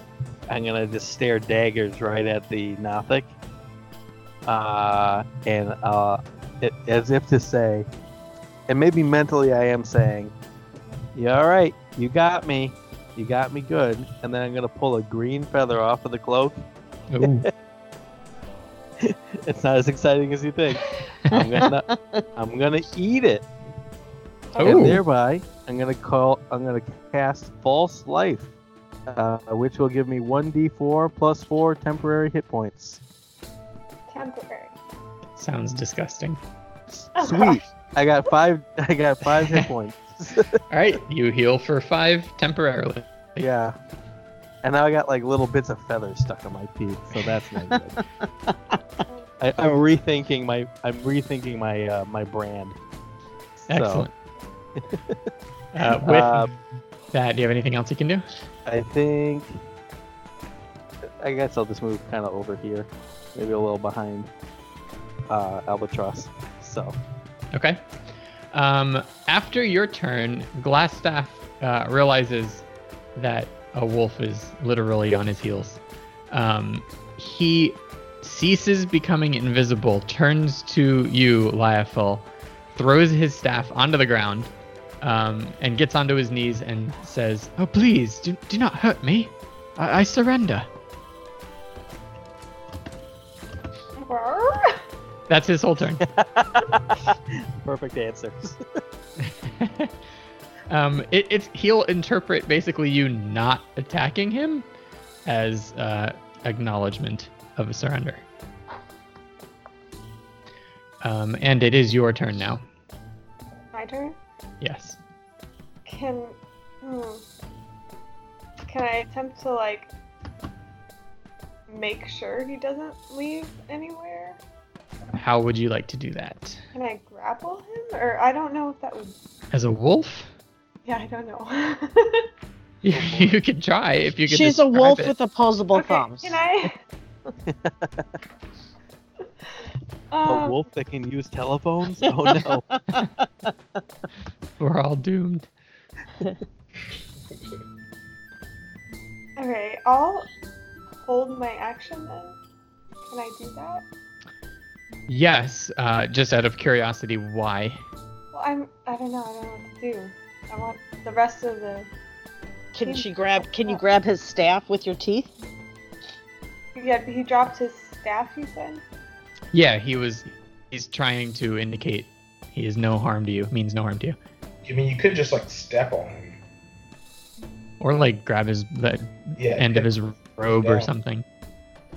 I'm gonna just stare daggers right at the Nothic. Uh, and uh, it, as if to say, and maybe mentally I am saying, "Yeah, all right, you got me, you got me good." And then I'm gonna pull a green feather off of the cloak. [LAUGHS] Ooh. It's not as exciting as you think. I'm gonna, I'm gonna eat it. Ooh. And thereby, I'm gonna call. I'm gonna cast False Life, uh, which will give me one d4 plus four temporary hit points. Temporary. Sounds disgusting. Sweet. I got five. I got five hit points. [LAUGHS] All right. You heal for five temporarily. yeah. And now I got like little bits of feathers stuck on my teeth, so that's not good. [LAUGHS] I, I'm rethinking my. I'm rethinking my uh, my brand. So, [LAUGHS] Excellent. uh, with Uh, that, do you have anything else you can do? I think. I guess I'll just move kind of over here, maybe a little behind uh, Albatross. So Okay. Um, after your turn, Glassstaff uh, realizes that a wolf is literally on his heels. Um, he ceases becoming invisible, turns to you, Lyathil, throws his staff onto the ground, um, and gets onto his knees and says, "Oh, please, do, do not hurt me. I, I surrender." Brrr. That's his whole turn. perfect answers. [LAUGHS] um, it, it's he'll interpret basically you not attacking him as uh, acknowledgement of a surrender. Um, and it is your turn now. My turn. Yes. Can hmm. can I attempt to like make sure he doesn't leave anywhere? How would you like to do that? Can I grapple him, or I don't know if that would As a wolf? [LAUGHS] Yeah, I don't know. [LAUGHS] you can try if you can. She's a describe wolf it. with opposable okay, thumbs. Can I? A Um, wolf that can use [LAUGHS] telephones? Oh no. We're all doomed. Okay, I'll hold my action then. Can I do that? Yes. Uh, just out of curiosity, why? Well, I'm. I don't know. I don't know what to do. I want the rest of the. Can she grab? Can you grab his staff with your teeth? Yeah, he dropped his staff. You said. Yeah, he was. He's trying to indicate he is no harm to you. Means no harm to you. I mean, you could just like step on him. Or like grab his the Yeah. end of his robe Yeah. or something.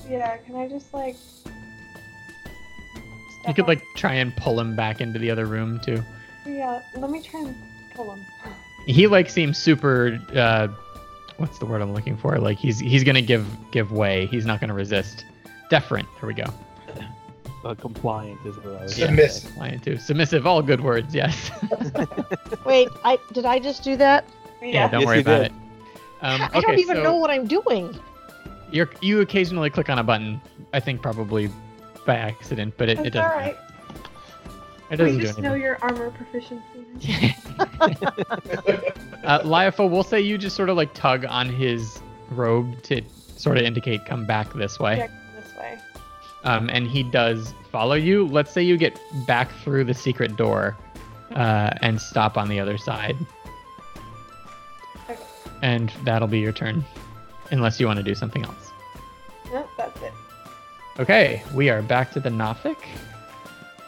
Yeah. Can I just like? You step could on- like try and pull him back into the other room too. Yeah. Let me try and pull him. He like seems super. Uh, what's the word I'm looking for? Like he's he's gonna give give way. He's not gonna resist. Deferent. There we go. Uh, compliant is what I was Yeah. saying. Submissive. Lion too. Submissive. All good words. [LAUGHS] Yes. Wait, I did I just do that? yeah. Yeah. Don't Yes, worry you about did. it. Um, I don't okay, even so- know what I'm doing. You're, you occasionally click on a button. I think probably by accident, but it, it That's doesn't. all right. It We doesn't do just know anything. your armor [LAUGHS] proficiency. uh, Liafo, we'll say you just sort of like tug on his robe to sort of indicate come back this way. Yeah, this way. Um, and he does follow you. Let's say you get back through the secret door uh, and stop on the other side. Okay. And that'll be your turn, unless you want to do something else. Nope, that's it. Okay, we are back to the Nothic.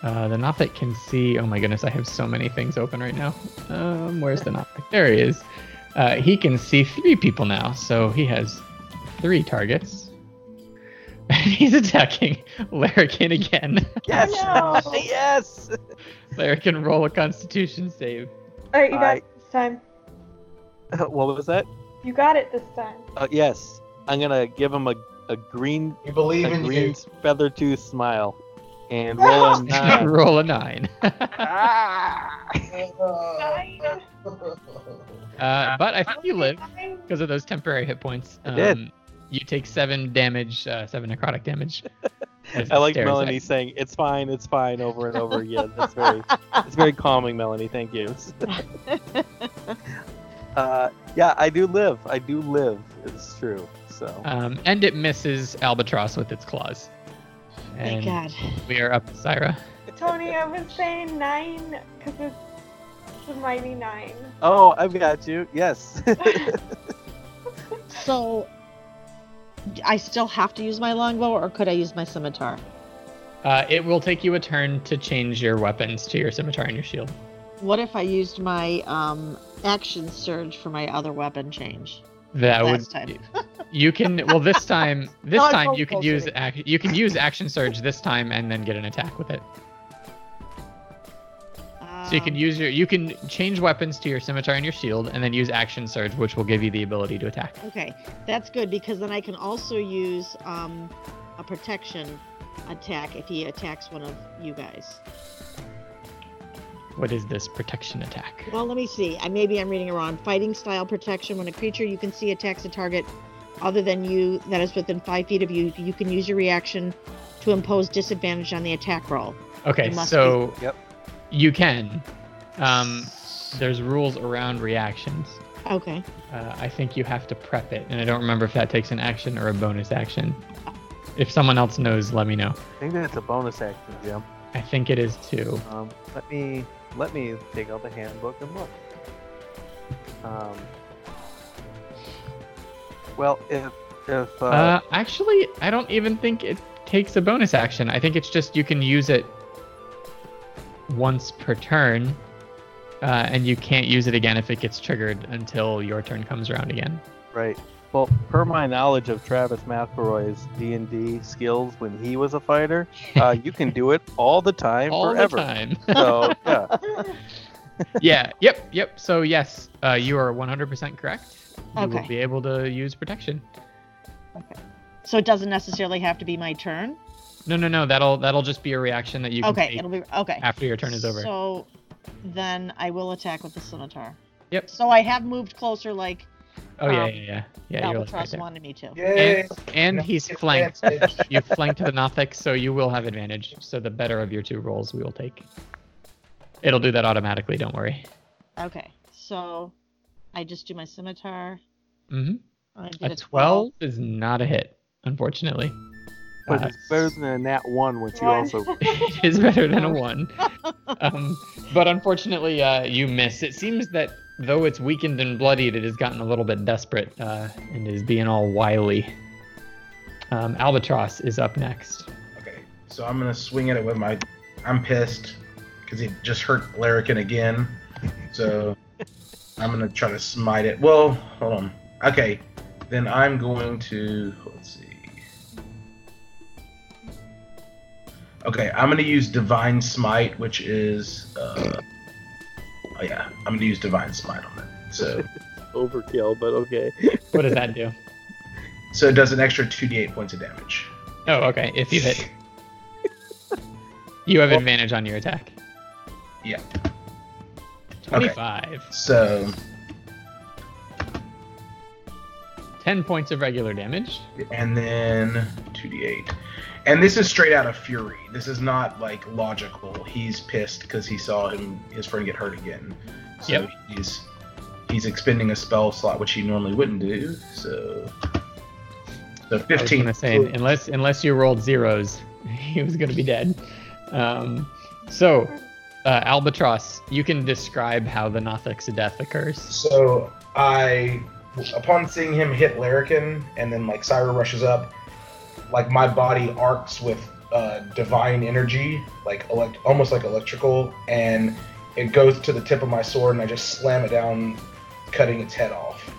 Uh, the Nothic can see. Oh my goodness, I have so many things open right now. Um, where's the Nothic? There he is. Uh, he can see three people now, so he has three targets. [LAUGHS] And he's attacking Larrikin again. [LAUGHS] Yes! No. [LAUGHS] yes! Larrikin, roll a Constitution save. [LAUGHS] All right, you got I- it this time. what was that? You got it this time. Uh, yes. I'm gonna give him a, a green You believe a in green [LAUGHS] you. feather tooth smile. And roll a [LAUGHS] nine. roll a nine. Nine. [LAUGHS] Uh, but I think you live Nine. because of those temporary hit points. Um, I did. You take seven damage, uh, seven necrotic damage. As I he like stares at Melanie saying, It's fine, it's fine over and over again. That's very it's very calming, Melanie, thank you. [LAUGHS] uh, yeah, I do live. I do live, it's true. So Um, and it misses Albatross with its claws. And Thank God. we are up to Syra. Tony, I was saying nine because it's the mighty nine. [LAUGHS] Oh, I've got you. Yes. [LAUGHS] So, I still have to use my longbow, or could I use my scimitar? Uh, it will take you a turn to change your weapons to your scimitar and your shield. What if I used my um, action surge for my other weapon change? That Last would time. you can well [LAUGHS] this time this No, I time won't you can go use to it. ac- you can use action surge this time and then get an attack with it. So you can Uh, Um, use your you can change weapons to your scimitar and your shield and then use action surge which will give you the ability to attack. Okay, that's good because then I can also use um, a protection attack if he attacks one of you guys. What is this protection attack? Well, let me see. I maybe I'm reading it wrong. Fighting style protection. When a creature you can see attacks a target other than you that is within five feet of you, you can use your reaction to impose disadvantage on the attack roll. Okay, It must so Yep. you can. Um, there's rules around reactions. Okay. Uh, I think you have to prep it, and I don't remember if that takes an action or a bonus action. If someone else knows, let me know. I think that's a bonus action, Jim. I think it is too. Um, let me let me take out the handbook and look. Um, well, if if uh, Uh, actually, I don't even think it takes a bonus action. I think it's just you can use it once per turn, uh, and you can't use it again if it gets triggered until your turn comes around again. right. Well, per my knowledge of Travis McElroy's D and D skills when he was a fighter, uh, you can do it all the time All forever. the time. [LAUGHS] So yeah, yeah. Yep. Yep. So yes, uh, you are 100% correct. You will Okay. be able to use protection. So it doesn't necessarily have to be my turn. No, no, no. That'll that'll just be a reaction that you can okay. take It'll be okay. after your turn is over. So then I will attack with the scimitar. Yep. So I have moved closer, like Oh yeah, Um, yeah, yeah. Yeah, you're like right Albatross there. wanted me to. Yay! And, and he's flanked. [LAUGHS] you flanked the Nothic, so you will have advantage. So the better of your two rolls we will take. It'll do that automatically. Don't worry. Okay, so I just do my scimitar. hmm I did A twelve is not a hit, unfortunately. [LAUGHS] But Uh, it's better than a nat one, which you One. also. [LAUGHS] it is better than a one. Um, but unfortunately, uh, you miss. It seems that though it's weakened and bloodied, it has gotten a little bit desperate uh, and is being all wily. Um, Albatross is up next. Okay, so I'm gonna swing at it with my. I'm pissed because he just hurt Larrikin again. [LAUGHS] So I'm gonna try to smite it. Well, hold on. Okay, then I'm going to let's see. Okay, I'm gonna use divine smite, which is. Uh, oh yeah, I'm gonna use divine smite on it. [LAUGHS] So overkill, but okay. What does that do? so it does an extra 2d8 points of damage. Oh, okay. If you hit, you have advantage on your attack. Yeah. Okay. Twenty-five. So Ten points of regular damage. and then 2d8. And this is straight out of fury. This is not like logical. He's pissed because he saw him his friend get hurt again. So Yep. he's he's expending a spell slot, which he normally wouldn't do. So so I was 15. gonna say unless unless you rolled zeros, [LAUGHS] he was gonna be dead. Um, so, uh, Albatross, you can describe how the Nothix death occurs. So I, upon seeing him hit Larrikin, and then like Cyra rushes up, like my body arcs with uh, divine energy, like elect- almost like electrical, and it goes to the tip of my sword, and I just slam it down, cutting its head off.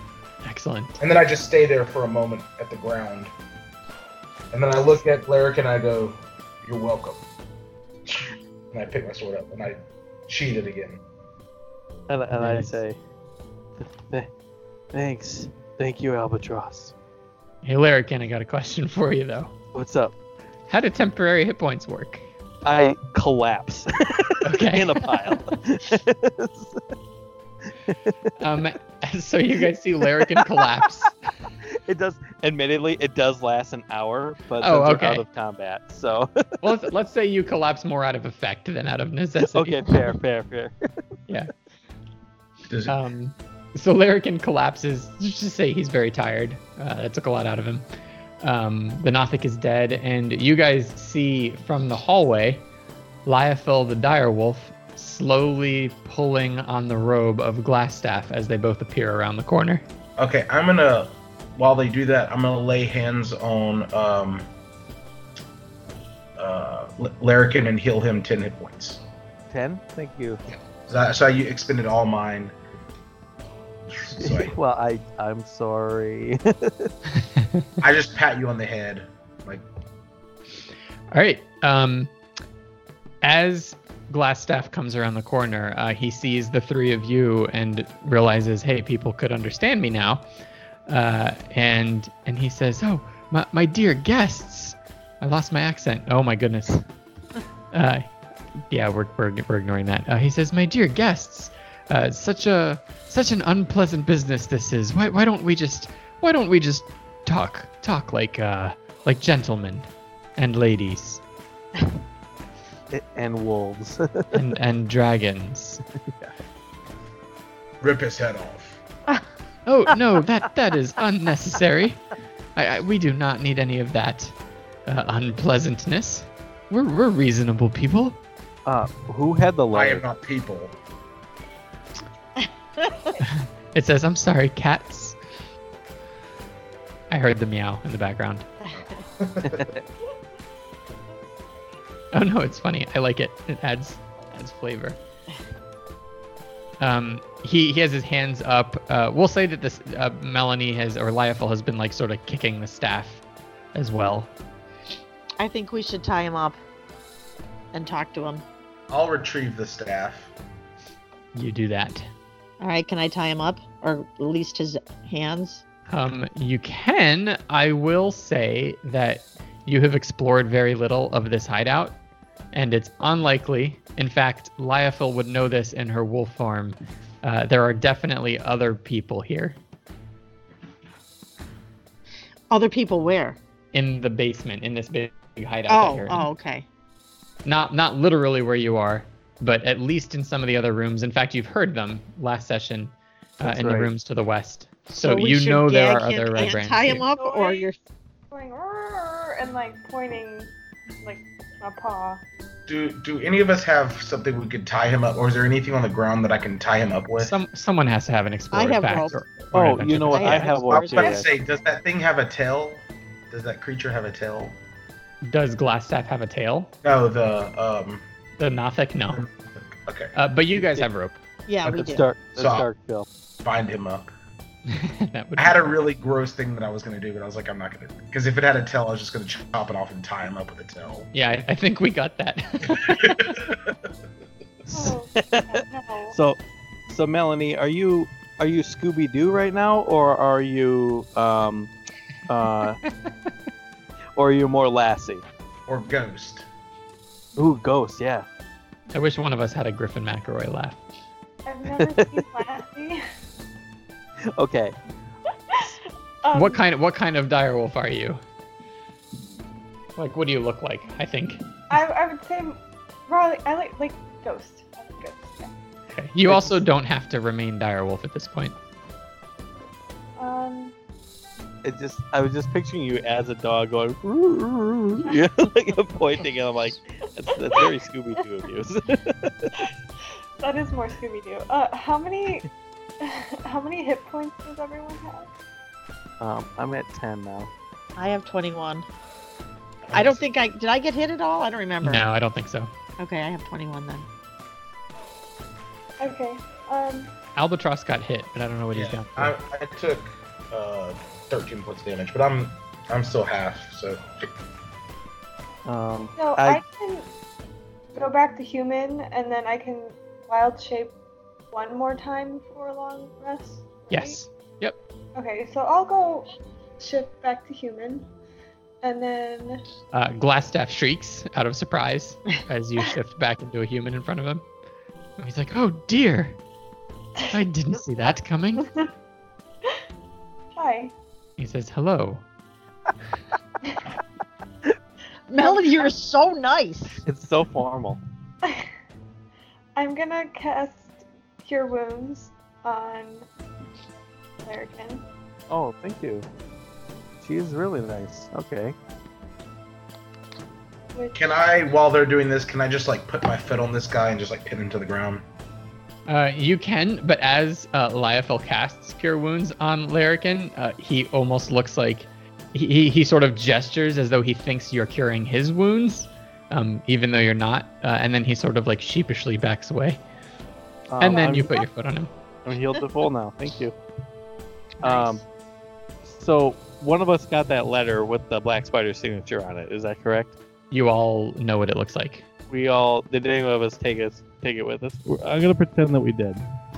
Excellent. And then I just stay there for a moment at the ground, and then I look at Larrikin, and I go, "You're welcome." And I pick my sword up, and I sheath it again. And, and I Nice. say, "Th- thanks, thank you, Albatross. Hey, Larrikin, I got a question for you though. What's up? How do temporary hit points [LAUGHS] work? I collapse [LAUGHS] Okay. [LAUGHS] in a pile. [LAUGHS] um, [LAUGHS] so you guys see Larrikin collapse. it does. Admittedly, it does last an hour, but Oh, since we're okay. out of combat, so Well, let's, let's say you collapse more out of effect than out of necessity. [LAUGHS] okay, fair, fair, fair. Does it Um, so Larrikin collapses. Let's just say he's very tired. Uh, that took a lot out of him. Um, the Nothic is dead, and you guys see from the hallway Lyophil the direwolf slowly pulling on the robe of Glassstaff as they both appear around the corner. Okay, I'm gonna while they do that, I'm gonna lay hands on um uh L- Larrikin and heal him ten hit points. Ten, thank you. So I, so I expended all mine. So I, [LAUGHS] well, I, I'm sorry. [LAUGHS] I just pat you on the head. Like All right. Um, as Glassstaff comes around the corner, uh, he sees the three of you and realizes, "Hey, people could understand me now." Uh, and and he says, "Oh, my, my dear guests, I lost my accent. Oh my goodness." Uh, yeah, we're, we're, we're ignoring that. Uh, he says, "My dear guests, uh, such a such an unpleasant business this is. Why, why don't we just why don't we just talk talk like uh, like gentlemen?" and ladies and wolves. and and dragons. rip his head off. Oh no, that that is unnecessary. I, I we do not need any of that uh, unpleasantness. We're we're reasonable people. Uh, who had the I letter? am not people. It says, "I'm sorry, cats." I heard the meow in the background. Oh no, it's funny. I like it. It adds adds flavor. Um, he he has his hands up. Uh, we'll say that this uh, Melanie has or Lyophil has been like sort of kicking the staff as well. I think we should tie him up and talk to him. I'll retrieve the staff. You do that. All right, can I tie him up or at least his hands? Um, you can. I will say that you have explored very little of this hideout, and it's unlikely. In fact, Lyophil would know this in her wolf form. Uh, there are definitely other people here Other people where? in the basement in this big hideout. that Oh, you're in. oh, okay. Not not literally where you are, but at least in some of the other rooms. In fact, you've heard them last session uh, That's in right. the rooms to the west. So, we you should know there gag are him other red and brands. Tie him here. up, or you're Going "Rrrr," and like pointing, like a paw. Do do any of us have something we could tie him up, or is there anything on the ground that I can tie him up with? Some someone has to have an explorer have pack. rope. or- or an Oh, adventure you know what? I I have have I one was too. about to yes. say, does that thing have a tail? Does that creature have a tail? pack. Does Glassstaff have a tail? No, the um. The Nothic, no. Okay, Uh, but you guys have rope. [LAUGHS] yeah, we That's do. dark. That's So I'll- dark, Phil. bind him up. that would I had be- a really gross thing that I was gonna do, but I was like, I'm not gonna, because if it had a tail, I was just gonna chop it off and tie him up with a tail. Yeah, I, I think we got that. [LAUGHS] Oh, no. [LAUGHS] So, so Melanie, are you are you Scooby Doo right now, or are you um, uh, or are you more Lassie? or ghost. Ooh, Ghost, yeah. I wish one of us had a Griffin McElroy laugh. I've never seen Lassie. Okay, Um, what kind of what kind of direwolf are you? Like, what do you look like? I think. I, I would say, probably I like like ghost. I like ghost. Yeah. Okay. You also don't have to remain direwolf at this point. Um, it just I was just picturing you as a dog going, [LAUGHS] yeah, like I'm pointing, and I'm like, that's, that's very Scooby Doo of you. [LAUGHS] that is more Scooby Doo. Uh, how many, [LAUGHS] how many hit points does everyone have? um, I'm at ten now. I have 21. I don't think I did. I get hit at all. I don't remember. No, I don't think so. Okay, I have 21 then. Okay. Um, Albatross got hit, but I don't know what he's Yeah, down. I, For. I took uh, 13 points of damage, but I'm I'm still half. So Um, no, I- I... can go back to human, and then I can wild shape one more time for a long rest. right? Yes. Okay, so I'll go shift back to human, and then Uh, Glassstaff shrieks out of surprise as you shift back into a human in front of him. And he's like, "Oh dear, I didn't see that coming." [LAUGHS] hi. He says, "Hello." Melody, you're [LAUGHS] so nice. [LAUGHS] it's so formal. I'm gonna cast Cure Wounds on Larrikin. Oh, thank you. She is really nice. Okay. Which can I, while they're doing this, can I just like put my foot on this guy and just like pin him to the ground? Uh, you can, but as uh, Liefel casts Cure Wounds on Larrikin, uh, he almost looks like he, he, he sort of gestures as though he thinks you're curing his wounds, um, even though you're not. Uh, and then he sort of like sheepishly backs away. Um, and then I'm- you put your foot on him. I'm healed to full now. Thank [LAUGHS] you. Um, so one of us got that letter with the black spider signature on it. Is that correct? You all know what it looks like. We all did. Any of us take us take it with us? I'm gonna pretend that we did.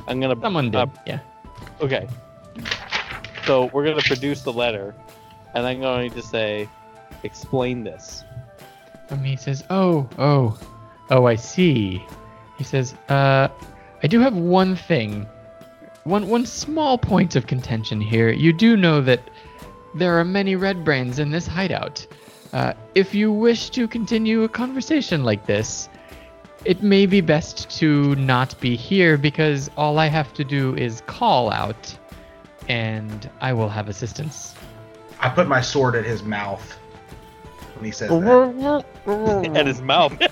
I'm gonna. Someone did. Uh, yeah. Okay. So we're gonna produce the letter, and I'm going to say, explain this. [LAUGHS] Um, he says, "Oh, oh, oh, I see." He says, "Uh, I do have one thing, one one small point of contention here. You do know that there are many red brains in this hideout. Uh, if you wish to continue a conversation like this, it may be best to not be here because all I have to do is call out, and I will have assistance." I put my sword at his mouth when he says that. [LAUGHS] At At his mouth. Yeah,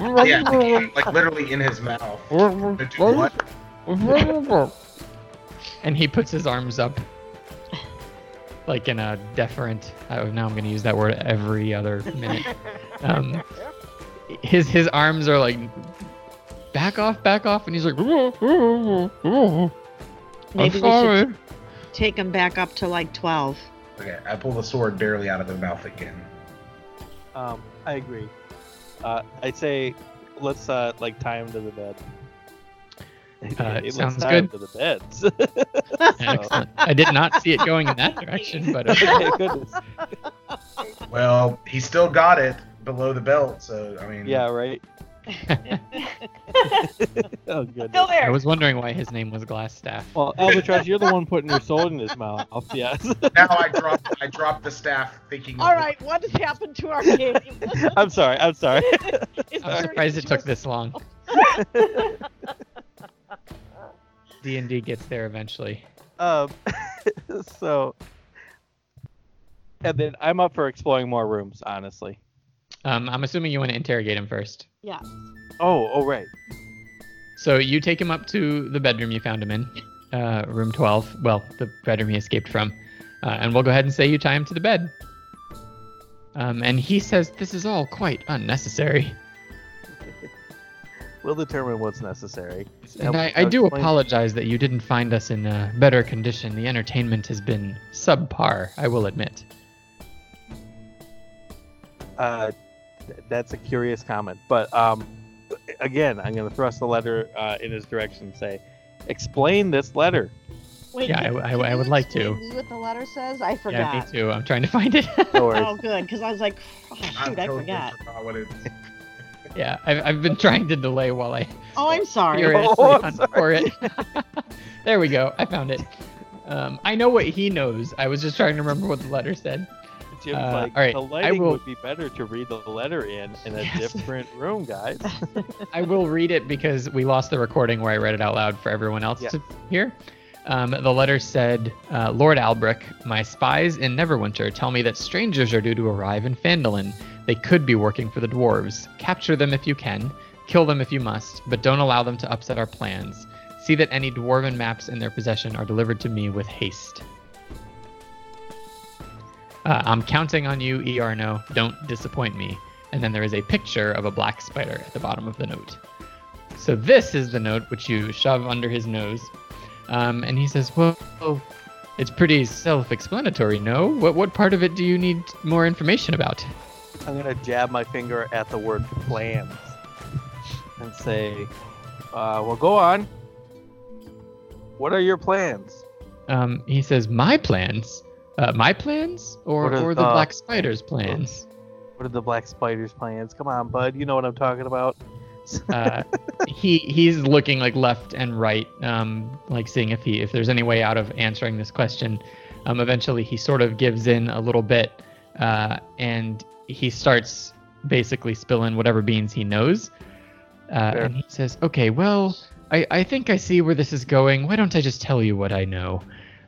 like, like, literally in [LAUGHS] his mouth. Do what? [LAUGHS] and he puts his arms up like in a deferent oh, now i'm going to use that word every other minute um, his his arms are like back off back off and he's like i'm Maybe we sorry [LAUGHS] should take him back up to like 12. Okay, I pull the sword barely out of his mouth again. Um, I agree. Uh, I say, let's uh, like tie him to the bed. [LAUGHS] Uh, Let's sounds tie him good. To the [LAUGHS] beds. [LAUGHS] Excellent. i did not see it going in that direction but uh, okay. okay, goodness. Well, he still got it below the belt, so I [LAUGHS] mean, Yeah, right. Oh, good. Still I there. was wondering why his name was Glassstaff. Well, Albatross, you're the one putting your soul in his mouth. [LAUGHS] Yes. Now I drop I drop the staff thinking. All right, what has happened to our game? [LAUGHS] I'm sorry. I'm sorry. Is I'm there surprised it took interest- this long. D and D gets there eventually. Um, [LAUGHS] so, and then I'm up for exploring more rooms, honestly. Um, I'm assuming you want to interrogate him first. Yeah. Oh, oh right. So you take him up to the bedroom you found him in, uh, room 12. Well, the bedroom he escaped from. Uh, and we'll go ahead and say you tie him to the bed. Um, and he says this is all quite unnecessary. We'll determine what's necessary. And Now, I, I do explain- apologize that you didn't find us in a better condition. The entertainment has been subpar, I will admit. Uh, th- that's a curious comment, but um, again, I'm going to thrust the letter uh, in his direction and say, "Explain this [LAUGHS] letter." Wait, Yeah, I- can- I- can I you would like to. explain to me what the letter says? I forgot. Yeah, me too. I'm trying to find it. [LAUGHS] Or Oh, good, because I was like, oh, shoot, I forgot. what it is. yeah, I've, I've been trying to delay while I Oh, I'm sorry. You're Oh, actually I'm hunt sorry. for it. [LAUGHS] there we go. I found it. Um, I know what he knows. I was just trying to remember what the letter said. Jim's Uh, like, all right, "The I lighting will- would be better to read the letter in in a Yes. different room, guys." I will read it because we lost the recording where I read it out loud for everyone else Yeah. to hear. Um, the letter said, uh, Lord Albrecht, my spies in Neverwinter tell me that strangers are due to arrive in Phandalin. They could be working for the dwarves. Capture them if you can, kill them if you must, but don't allow them to upset our plans. See that any dwarven maps in their possession are delivered to me with haste. Uh, I'm counting on you, Iarno. Don't disappoint me. And then there is a picture of a black spider at the bottom of the note. So this is the note which you shove under his nose, um, and he says, "Well, it's pretty self-explanatory, no? What what part of it do you need more information about?" [LAUGHS] I'm gonna jab my finger at the word plans and say, uh, "Well, go on. What are your plans?" Um, he says, "My plans, uh, my plans, or What are or the the- black spider's plans?" What are the Black Spider's plans? Come on, bud. You know what I'm talking about. Uh, he he's looking like left and right, um, like seeing if he if there's any way out of answering this question. Um, eventually, he sort of gives in a little bit, uh, and he starts basically spilling whatever beans he knows. Uh, Fair. and he says, "Okay, well, I, I think I see where this is going. Why don't I just tell you what I know?"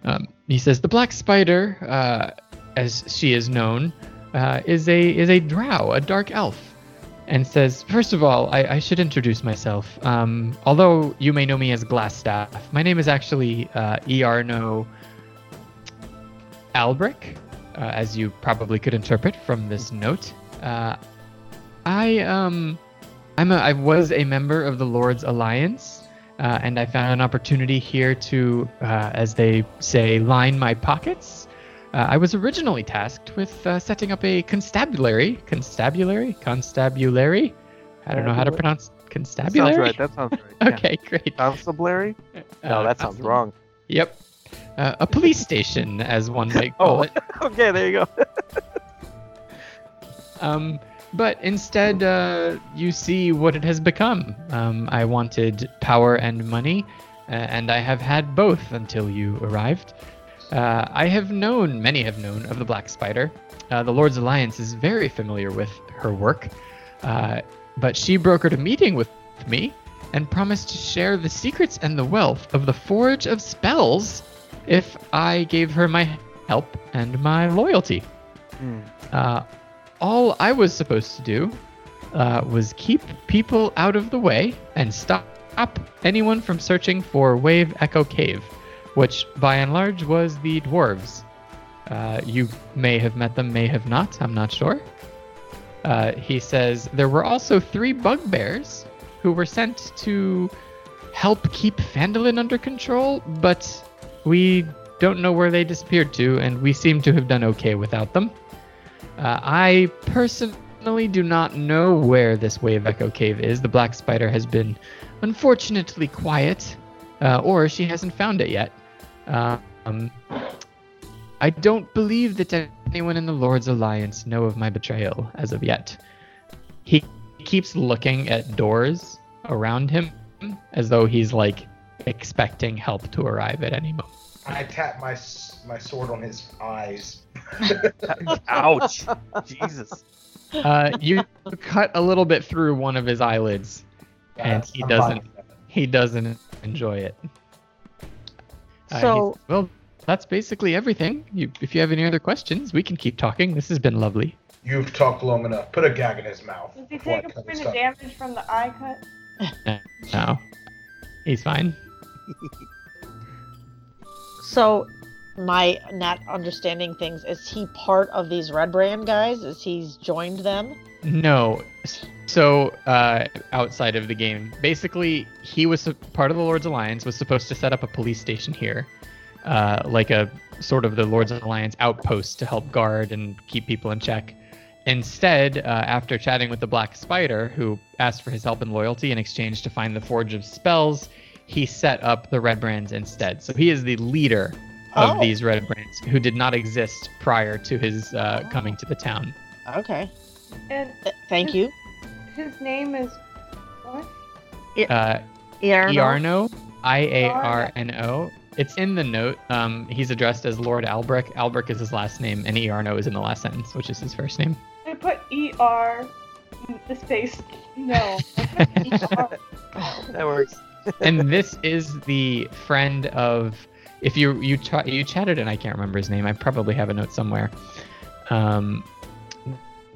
Um, he says, "The black spider, uh, as she is known, uh, is a is a drow, a dark elf." and says, First of all, I, I should introduce myself. Um, although you may know me as Glassstaff, my name is actually uh, Iarno Albrick, uh, as you probably could interpret from this note. Uh, I, um, I'm a, I was a member of the Lord's Alliance, uh, and I found an opportunity here to, uh, as they say, line my pockets. Uh, I was originally tasked with uh, setting up a constabulary. Constabulary? Constabulary? I don't know how to Constabulary. pronounce That constabulary. sounds [LAUGHS] right. That sounds [LAUGHS] right. yeah. Okay, great. Constabulary? No, Uh, that sounds constabulary. wrong. Yep. Uh, a police station, as one might call [LAUGHS] Oh. it. [LAUGHS] okay, there you [LAUGHS] go. Um, but instead, uh, you see what it has become. Um, I wanted power and money, uh, and I have had both until you arrived. Uh, I have known, many have known, of the Black Spider. Uh, the Lord's Alliance is very familiar with her work, uh, but she brokered a meeting with me and promised to share the secrets and the wealth of the Forge of Spells if I gave her my help and my loyalty. Hmm. Uh, all I was supposed to do uh, was keep people out of the way and stop anyone from searching for Wave Echo Cave, which by and large was the dwarves. Uh, you may have met them, may have not, I'm not sure. Uh, he says there were also three bugbears who were sent to help keep Phandalin under control, but we don't know where they disappeared to, and we seem to have done okay without them. Uh, I personally do not know where this Wave Echo Cave is. The Black Spider has been unfortunately quiet, uh, or she hasn't found it yet. Um, I don't believe that anyone in the Lord's Alliance know of my betrayal as of yet. He keeps looking at doors around him as though he's like expecting help to arrive at any moment. I tap my s- my sword on his eyes. Ouch! Jesus. Uh, you cut a little bit through one of his eyelids. And he I'm doesn't. fine with that. He doesn't enjoy it. Uh, So- he's- well, that's basically everything. You, if you have any other questions, we can keep talking. This has been lovely. You've talked long enough. Put a gag in his mouth. Does he before I take a cut point his of thumb. damage from the eye cut? No, he's fine. So, my not understanding things is he part of these Red Brand guys? Is he's joined them? No. So, uh, outside of the game, basically, he was su- part of the Lords Alliance. Was supposed to set up a police station here, uh, like a sort of the Lords Alliance outpost to help guard and keep people in check. Instead, uh, after chatting with the Black Spider, who asked for his help and loyalty in exchange to find the Forge of Spells, he set up the Red Brands instead. So he is the leader of Oh. these Red Brands, who did not exist prior to his uh, coming to the town. Okay. And Th- thank you. his name is what? Uh, Iarno. Iarno, I A R N O. It's in the note. Um, he's addressed as Lord Albrecht. Albrecht is his last name, and E Iarno is in the last sentence, which is his first name. I put E R the space [LAUGHS] no. That works. and this is the friend of. If you you ch- you chatted and I can't remember his name. I probably have a note somewhere. Um,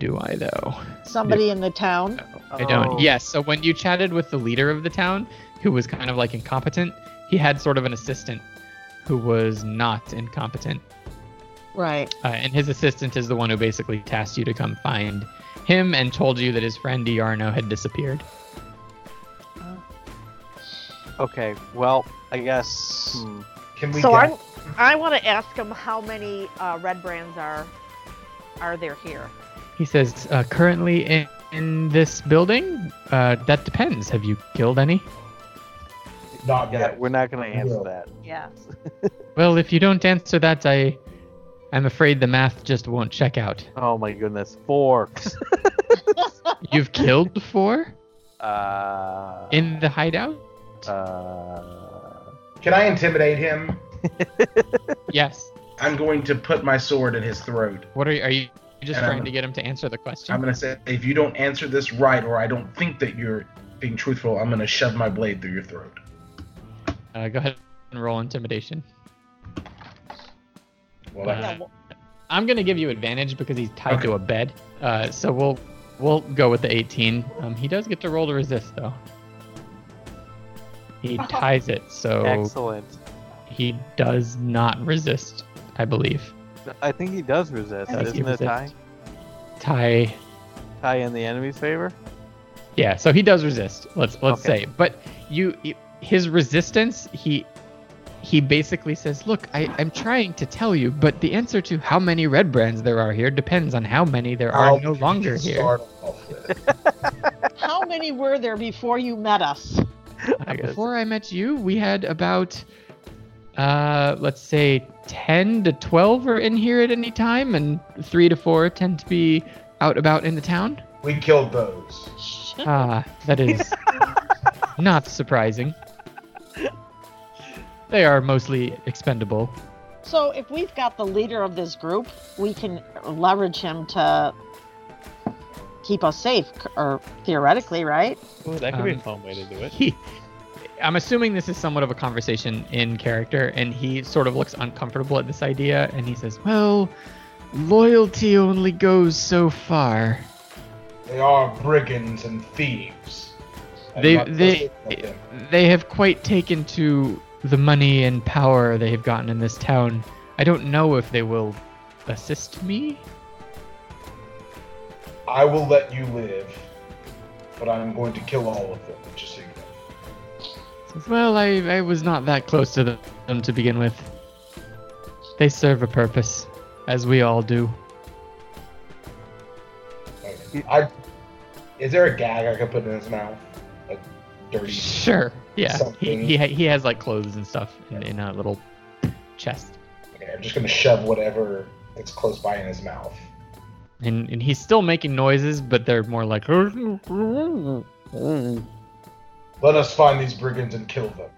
do I though? Somebody in the town. I don't. Oh. Yes. So when you chatted with the leader of the town, who was kind of like incompetent, he had sort of an assistant who was not incompetent. Right. Uh, and his assistant is the one who basically tasked you to come find him and told you that his friend Diarno had disappeared. Okay. Well, I guess. Hmm. Can we so gag I'm, I want to ask him how many uh, Red Brands are are there here? He says, uh, currently in, in this building? Uh, that depends. Have you killed any? not Yeah, yet? we're not gonna answer that. Yeah. Well, if you don't answer that, I, I'm afraid the math just won't check out. Oh my goodness, four. [LAUGHS] You've killed four uh, in the hideout? Uh, Can I intimidate him? Yes. I'm going to put my sword in his throat. What are you? Are you just And I'm- trying to get him to answer the question? I'm going to say, if you don't answer this right, or I don't think that you're being truthful, I'm going to shove my blade through your throat. Uh, go ahead and roll intimidation. Well, I- Uh, I'm gonna give you advantage because he's tied to a bed. Uh, so we'll we'll go with the 18. Um, he does get to roll to resist though. He ties it, so Excellent. he does not resist. I believe I think he does resist. I think he Isn't it a tie? resists. tie. Tie in the enemy's favor. Yeah, so he does resist. Let's let's Okay. say, but you his resistance he. He basically says, "Look, I, I'm trying to tell you, but the answer to how many red brands there are here depends on how many there are I'll no longer here." start off with it. How many were there before you met [LAUGHS] us? Uh, I guess. before I met you, we had about, uh, let's say, 10 to 12 are in here at any time, and 3 to 4 tend to be out about in the town. We killed those. Ah, that is [LAUGHS] not surprising. They are mostly expendable. So if we've got the leader of this group, we can leverage him to keep us safe, c- or theoretically, right? Ooh, that could be a Um, fun way to do He, I'm assuming this is somewhat of a conversation in character, and he sort of looks uncomfortable at this idea, and he says, Well, loyalty only goes so far. They are brigands and thieves. I'm They- not they- trusting of them. they have quite taken to the money and power they have gotten in this town. I don't know if they will assist me. I will let you live, but I'm going to kill all of them. Just so you know. Says, Well, I, I was not that close to them to begin with. They serve a purpose, as we all do. Okay. I, is there a gag I could put in his mouth? A dirty. Sure. Yeah. He, Something. he, ha- he has like clothes and stuff in, in a little chest. Okay, I'm just gonna shove whatever that's close by in his mouth. and and he's still making noises, but they're more like. Let us find these brigands and kill them.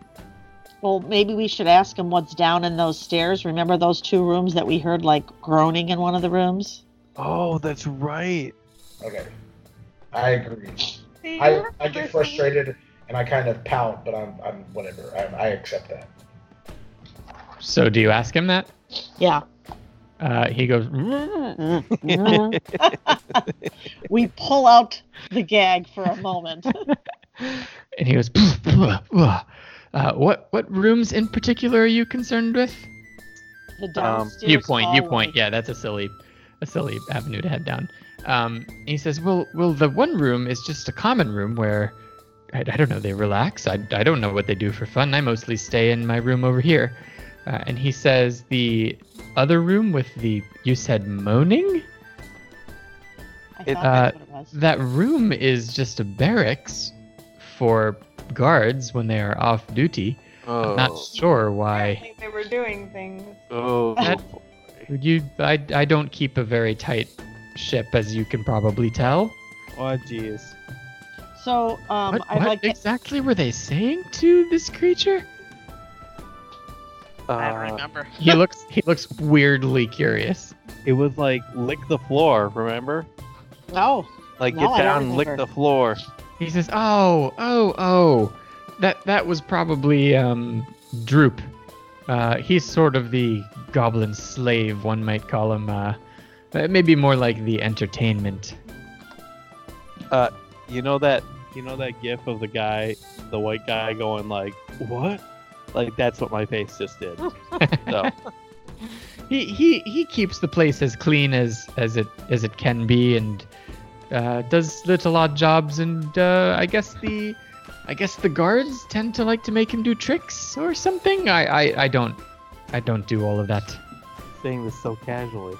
Well, maybe we should ask him what's down in those stairs. Remember those two rooms that we heard like groaning in one of the rooms? Oh, that's right. Okay. I agree. Do you I, I remember get seeing- frustrated and I kind of pout, but I'm, I'm whatever. I, I accept that. So do you ask him that? Yeah. Uh, he goes. Mm-hmm. [LAUGHS] we pull out the gag for a moment. and he goes, uh, what what rooms in particular are you concerned with? The Um, downstairs you point, you hallway. point. Yeah, that's a silly, a silly avenue to head down. Um, and he says, well, well, the one room is just a common room where, I, I don't know, they relax. I, I don't know what they do for fun. I mostly stay in my room over here. Uh, and he says the other room with the you said moaning. I It- thought that's what it was. That room is just a barracks for guards when they are off duty. Oh. I'm not sure why. Apparently They were doing things. oh. That- You, I, I don't keep a very tight ship, as you can probably tell. Oh, jeez. So um, what I'd what like to, exactly were they saying to this creature? I don't Uh, remember. He [LAUGHS] looks, he looks weirdly curious. it was like lick the floor. Remember? oh, Like No, get I don't down, and lick remember. the floor. He says, "Oh, oh, oh, that that was probably um, Droop. Uh, he's sort of the goblin slave, one might call him. Uh, uh, maybe more like the entertainment." You know that you know that gif of the guy, the white guy going like, "What?" Like that's what my face just [LAUGHS] did. so, he he he keeps the place as clean as as it as it can be and uh, does little odd jobs and uh, I guess the I guess the guards tend to like to make him do tricks or something. I I, I don't I don't do all of that. saying this so casually.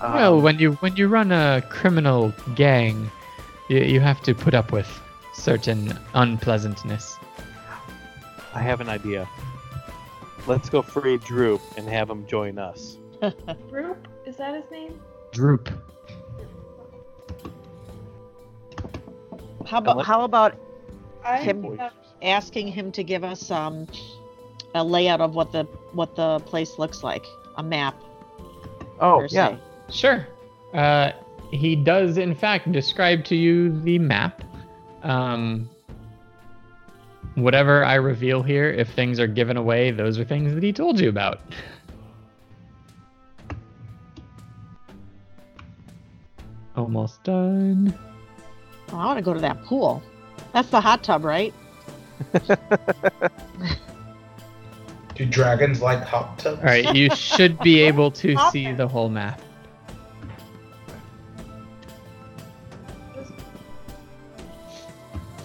well, Um, when you when you run a criminal gang, you, you have to put up with certain unpleasantness. I have an idea. Let's go free Droop and have him join us. Droop? Is that his name? Droop. how about Unless- how about I Him. have asking him to give us um, a layout of what the what the place looks like, a map. Oh per se. yeah. Sure. Uh, he does, in fact, describe to you the map. Um, whatever I reveal here, if things are given away, those are things that he told you about. Almost done. Oh, I want to go to that pool. That's the hot tub, right? Do dragons like hot tubs? All right, you should be able to Stop see it. the whole map.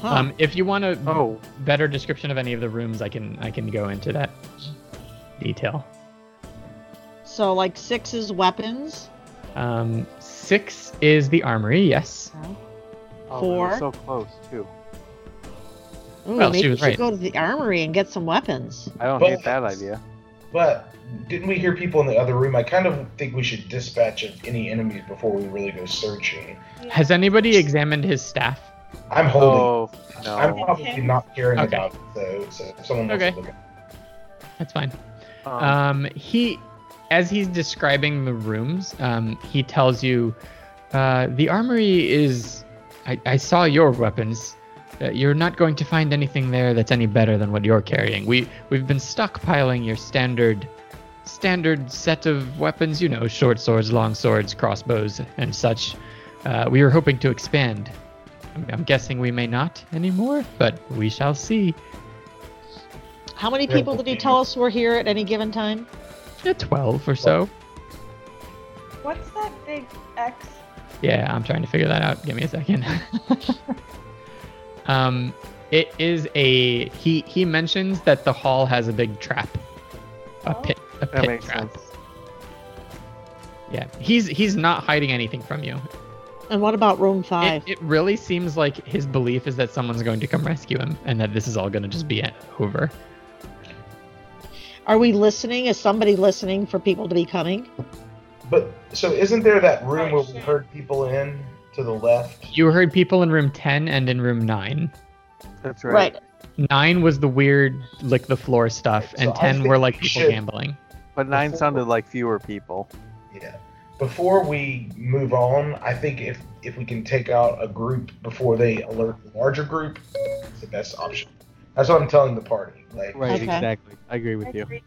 Huh. Um, if you want a Oh, better description of any of the rooms, I can I can go into that detail. so like six is weapons. Um, six is the armory. Yes. oh, we were Four. so close too. Ooh, Well, she maybe we was should right. go to the armory and get some weapons. I don't Well- hate that idea. But didn't we hear people in the other room? I kind of think we should dispatch of any enemies before we really go searching. Has anybody examined his staff? I'm holding. Oh I'm no. probably not hearing Okay. about it, so, so if someone wants Okay. to look at That's fine. Um, Um, he, as he's describing the rooms, um, he tells you, uh, the armory is. I, I saw your weapons. Uh, you're not going to find anything there that's any better than what you're carrying. We we've been stockpiling your standard, standard set of weapons. You know, short swords, long swords, crossbows, and such. Uh, we were hoping to expand. I'm, I'm guessing we may not anymore, but we shall see. How many Yeah, people did he okay. tell us were here at any given time? Yeah, Twelve or so. What's that big X? Yeah, I'm trying to figure that out. Give me [LAUGHS] a second. um, it is a he he mentions that the hall has a big trap, a Oh. pit, a that pit makes trap. sense. Yeah, he's he's not hiding anything from you. And what about room five? It, it really seems like his belief is that someone's going to come rescue him, and that this is all going to just be it- Hmm. over. Are we listening? Is somebody listening for people to be coming? But so isn't there that room Oh, where we shit. heard people in to the left? You heard people in room 10 and in room 9. That's Right. Nine was the weird lick the floor stuff, So and I ten think were like we people should- gambling. But nine sounded like fewer people. Yeah. Before we move on, I think if if we can take out a group before they alert the larger group, it's the best option. That's what I'm telling the party. Like Right, Okay. exactly. I agree with you. Agreed.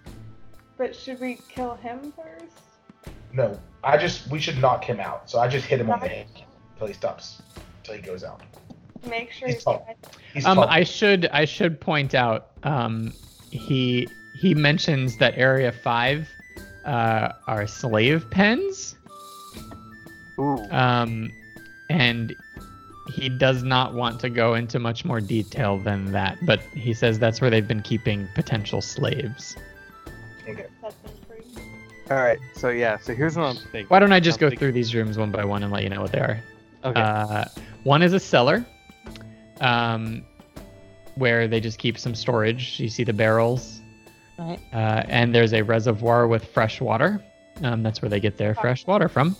But should we kill him first? No, I just we should knock him out. So I just hit him on the head until he stops, until he goes out. Make sure He's he's tall. dead. He's Um, tall. I should I should point out um, he he mentions that area five uh, are slave pens, Ooh. um, and he does not want to go into much more detail than that. But he says that's where they've been keeping potential slaves. That's been free. All right. So yeah. So here's what I'm thinking. Why don't I just I'm go through these rooms one by one and let you know what they are? thinking- Okay. Uh, one is a cellar, um, where they just keep some storage. You see the barrels. Right. Uh, and there's a reservoir with fresh water. Um, that's where they get their fresh water from.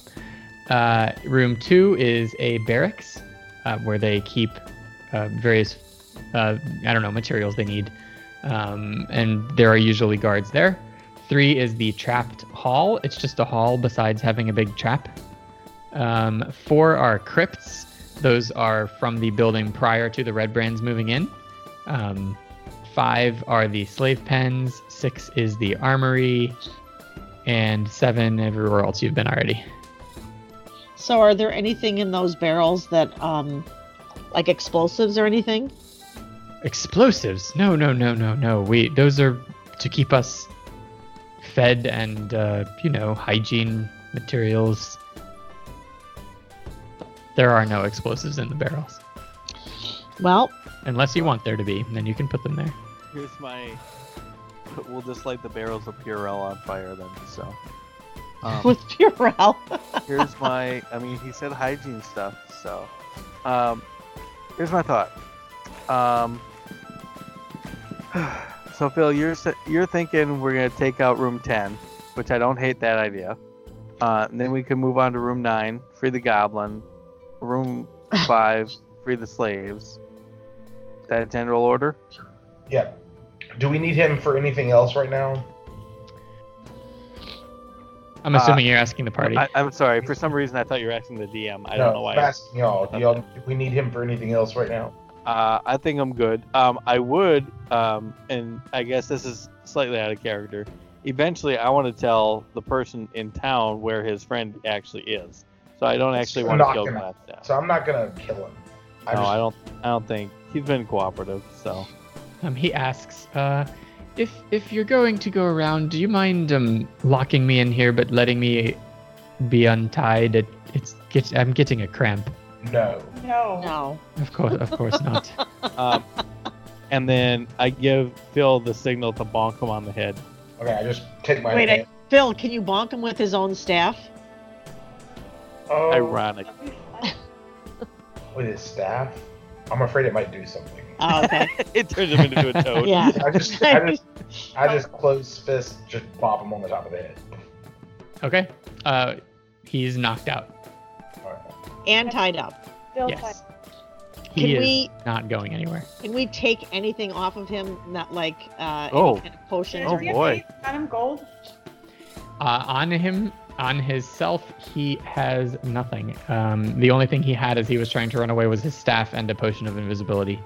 Uh, room two is a barracks, uh, where they keep uh, various, uh, I don't know, materials they need. Um, and there are usually guards there. Three is the trapped hall. It's just a hall besides having a big trap. Um, four are crypts. Those are from the building prior to the Red Brands moving in. Um, five are the slave pens. Six is the armory. And seven, everywhere else you've been already. So, are there anything in those barrels that, um, like explosives or anything? Explosives? No, no, no, no, no. We those are to keep us fed and uh, you know hygiene materials. There are no explosives in the barrels, Well, unless you want there to be. Then you can put them there. Here's my. We'll just light the barrels of Purell on fire then. So. Um, [LAUGHS] with Purell. here's my. I mean, he said hygiene stuff. So. Um, here's my thought. Um. [SIGHS] So Phil, you're s- you're thinking we're gonna take out room ten, which I don't hate that idea. Uh, and then we can move on to room nine, free the goblin. Room five, free the slaves. That general order. yeah. Do we need him for anything else right now? I'm Uh, assuming you're asking the party. I, I'm sorry. For some reason, I thought you were asking the DM. I no, don't know why. I'm asking y'all. Do y'all. Do we need him for anything else right now? Uh, I think I'm good. Um, I would, um, and I guess this is slightly out of character. Eventually, I want to tell the person in town where his friend actually is. So I don't Let's actually go want to knock kill him Glass So I'm not gonna kill him. I no, just, I don't. I don't think he's been cooperative. So Um, he asks, uh, if if you're going to go around, do you mind um, locking me in here but letting me be untied? It, it's get, I'm getting a cramp. no. No. No. Of course, of course not. um, and then I give Phil the signal to bonk him on the head. Okay, I just take my Wait, hand. I, Phil, can you bonk him with his own staff? oh, Ironic. with his staff. I'm afraid it might do something. [LAUGHS] Oh, okay. [LAUGHS] it turns him into a Oh, [LAUGHS] toad. yeah. I just, I just, I just close fist, just pop him on the top of the head. [LAUGHS] Okay. Uh, he's knocked out. Alright. [LAUGHS] and tied up. Still Yes. fine. He Can is we- not going anywhere. Can we take anything off of him? Not like uh, Oh. any kind of potion. Oh, or Did you boy. see Adam Gold? Uh, on him, on his self, he has nothing. Um, the only thing he had as he was trying to run away was his staff and a potion of invisibility.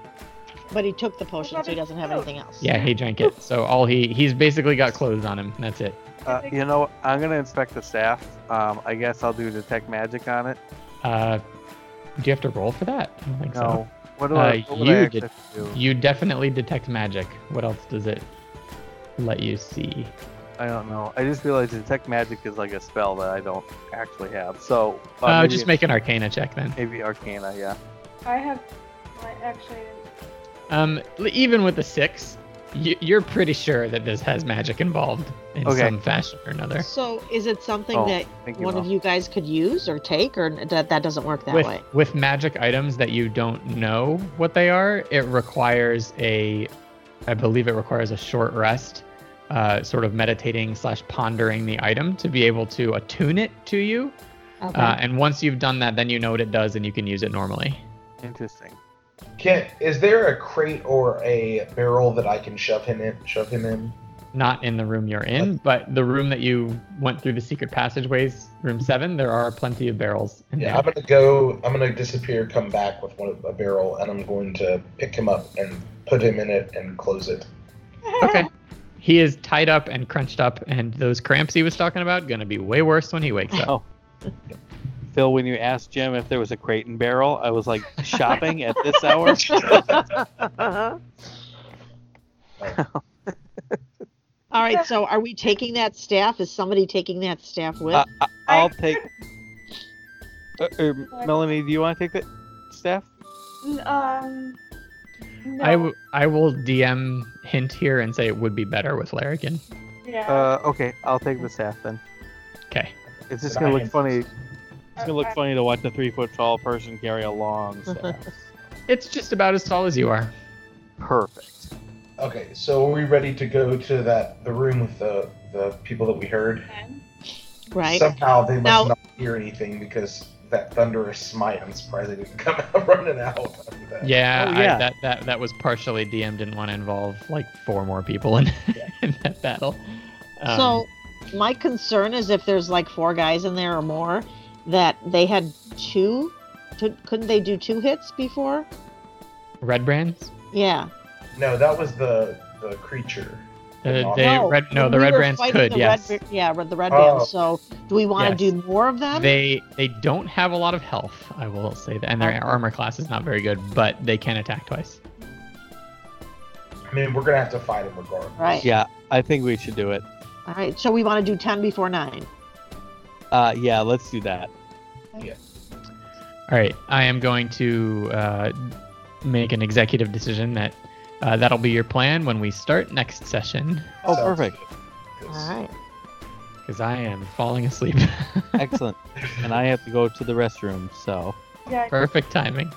But he took the potion, so he doesn't Oh. have anything else. Yeah, he drank it. So all he he's basically got clothes on him. That's it. Uh, you know, I'm gonna inspect the staff. Um, I guess I'll do detect magic on it. Uh, do you have to roll for that? I don't think so. No. What do Uh, I? What would I you actually did- do? You definitely detect magic. What else does it let you see? I don't know. I just realized detect magic is like a spell that I don't actually have. So uh, Uh, maybe- just make an arcana check then. maybe arcana. Yeah. I have. I actually. Um, l- even with the six, you, you're pretty sure that this has magic involved in Okay. some fashion or another. So is it something Oh, that Thank you. one of Mel. you guys could use or take, or that that doesn't work that with way? with magic items that you don't know what they are, it requires a, I believe it requires a short rest uh, sort of meditating slash pondering the item to be able to attune it to you. Okay. Uh, and once you've done that, then you know what it does and you can use it normally. Interesting. Can is there a crate or a barrel that I can shove him in? Shove him in. Not in the room you're in, but the room that you went through the secret passageways, room seven, there are plenty of barrels. In Yeah, I'm gonna go. I'm gonna disappear, come back with one a barrel, and I'm going to pick him up and put him in it and close it. there. Okay. He is tied up and crunched up, and those cramps he was talking about gonna be way worse when he wakes up. Oh. Phil, when you asked Jim if there was a crate and barrel, I was like shopping at this hour. [LAUGHS] Uh, All right. So, are we taking that staff? Is somebody taking that staff with? Uh, I, I'll take. Uh, er, Melanie, do you want to take the staff? [LAUGHS] N- Um. No. I, w- I will DM hint here and say it would be better with Larrikin. yeah. Uh, okay, I'll take the staff then. Okay. It's just But gonna I look am- funny. It's gonna look I- funny to watch a three foot tall person carry a long staff. It's just about as tall as you are. [LAUGHS] Perfect. Okay, so are we ready to go to that the room with the the people that we heard? right. Somehow they must Now- not hear anything because that thunderous smite. I'm surprised they didn't [LAUGHS] come out running out. After that. Yeah, Oh, yeah. I, that, that that was partially DM didn't want to involve like four more people in, [LAUGHS] in that battle. Um, so, my concern is if there's like four guys in there or more, that they had two. could- Couldn't they do two hits before? red brands. Yeah. No, that was the the creature. Uh, No. they no, red no when the we red were brands fighting could the yes. Red, yeah, with the red Oh. brands. So, do we want Yes. to do more of them? They they don't have a lot of health. I will say that, and their Okay. armor class is not very good, but they can attack twice. I mean, we're gonna have to fight him regardless. right. Yeah, I think we should do it. All right. So we want to do ten before nine. Uh, yeah, let's [LAUGHS] do that. All right, I am going to uh, make an executive decision that uh, that'll be your plan when we start next session, Oh, Sounds perfect. good, 'cause- All right. because I am falling asleep. [LAUGHS] Excellent. and I have to go to the restroom, so Yeah. Perfect timing.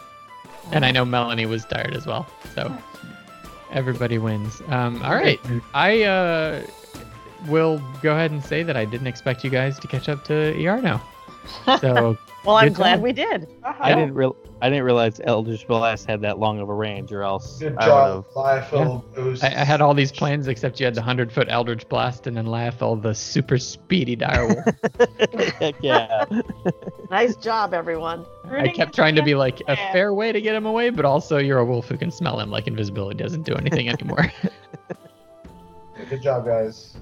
And I know Melanie was tired as well, so everybody wins. Um, all right, I uh, will go ahead and say that I didn't expect you guys to catch up to ER now. So Well, I'm Good glad job. we did. Uh-huh. I didn't real I didn't realize Eldritch Blast had that long of a range, or else Good I would have. job, Liefeld. Uh, I, I had all these plans except you had the hundred foot Eldritch Blast and then Lathal, the super speedy direwolf. Heck [LAUGHS] [LAUGHS] yeah. Nice job, everyone. I kept trying to be like a Yeah. fair way to get him away, but also you're a wolf who can smell him. Like invisibility doesn't do anything anymore. Good job, guys.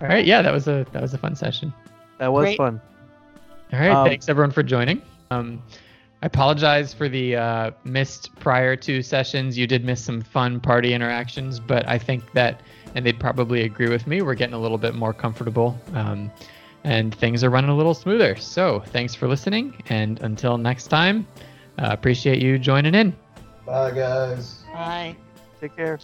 all right, yeah, that was a that was a fun session. That was Great. fun. All right. Um, thanks everyone for joining. Um, I apologize for the uh, missed prior two sessions. You did miss some fun party interactions, but I think that, and they'd probably agree with me, we're getting a little bit more comfortable um, and things are running a little smoother. So thanks for listening. And until next time, uh, appreciate you joining in. Bye, guys. Bye. Take care.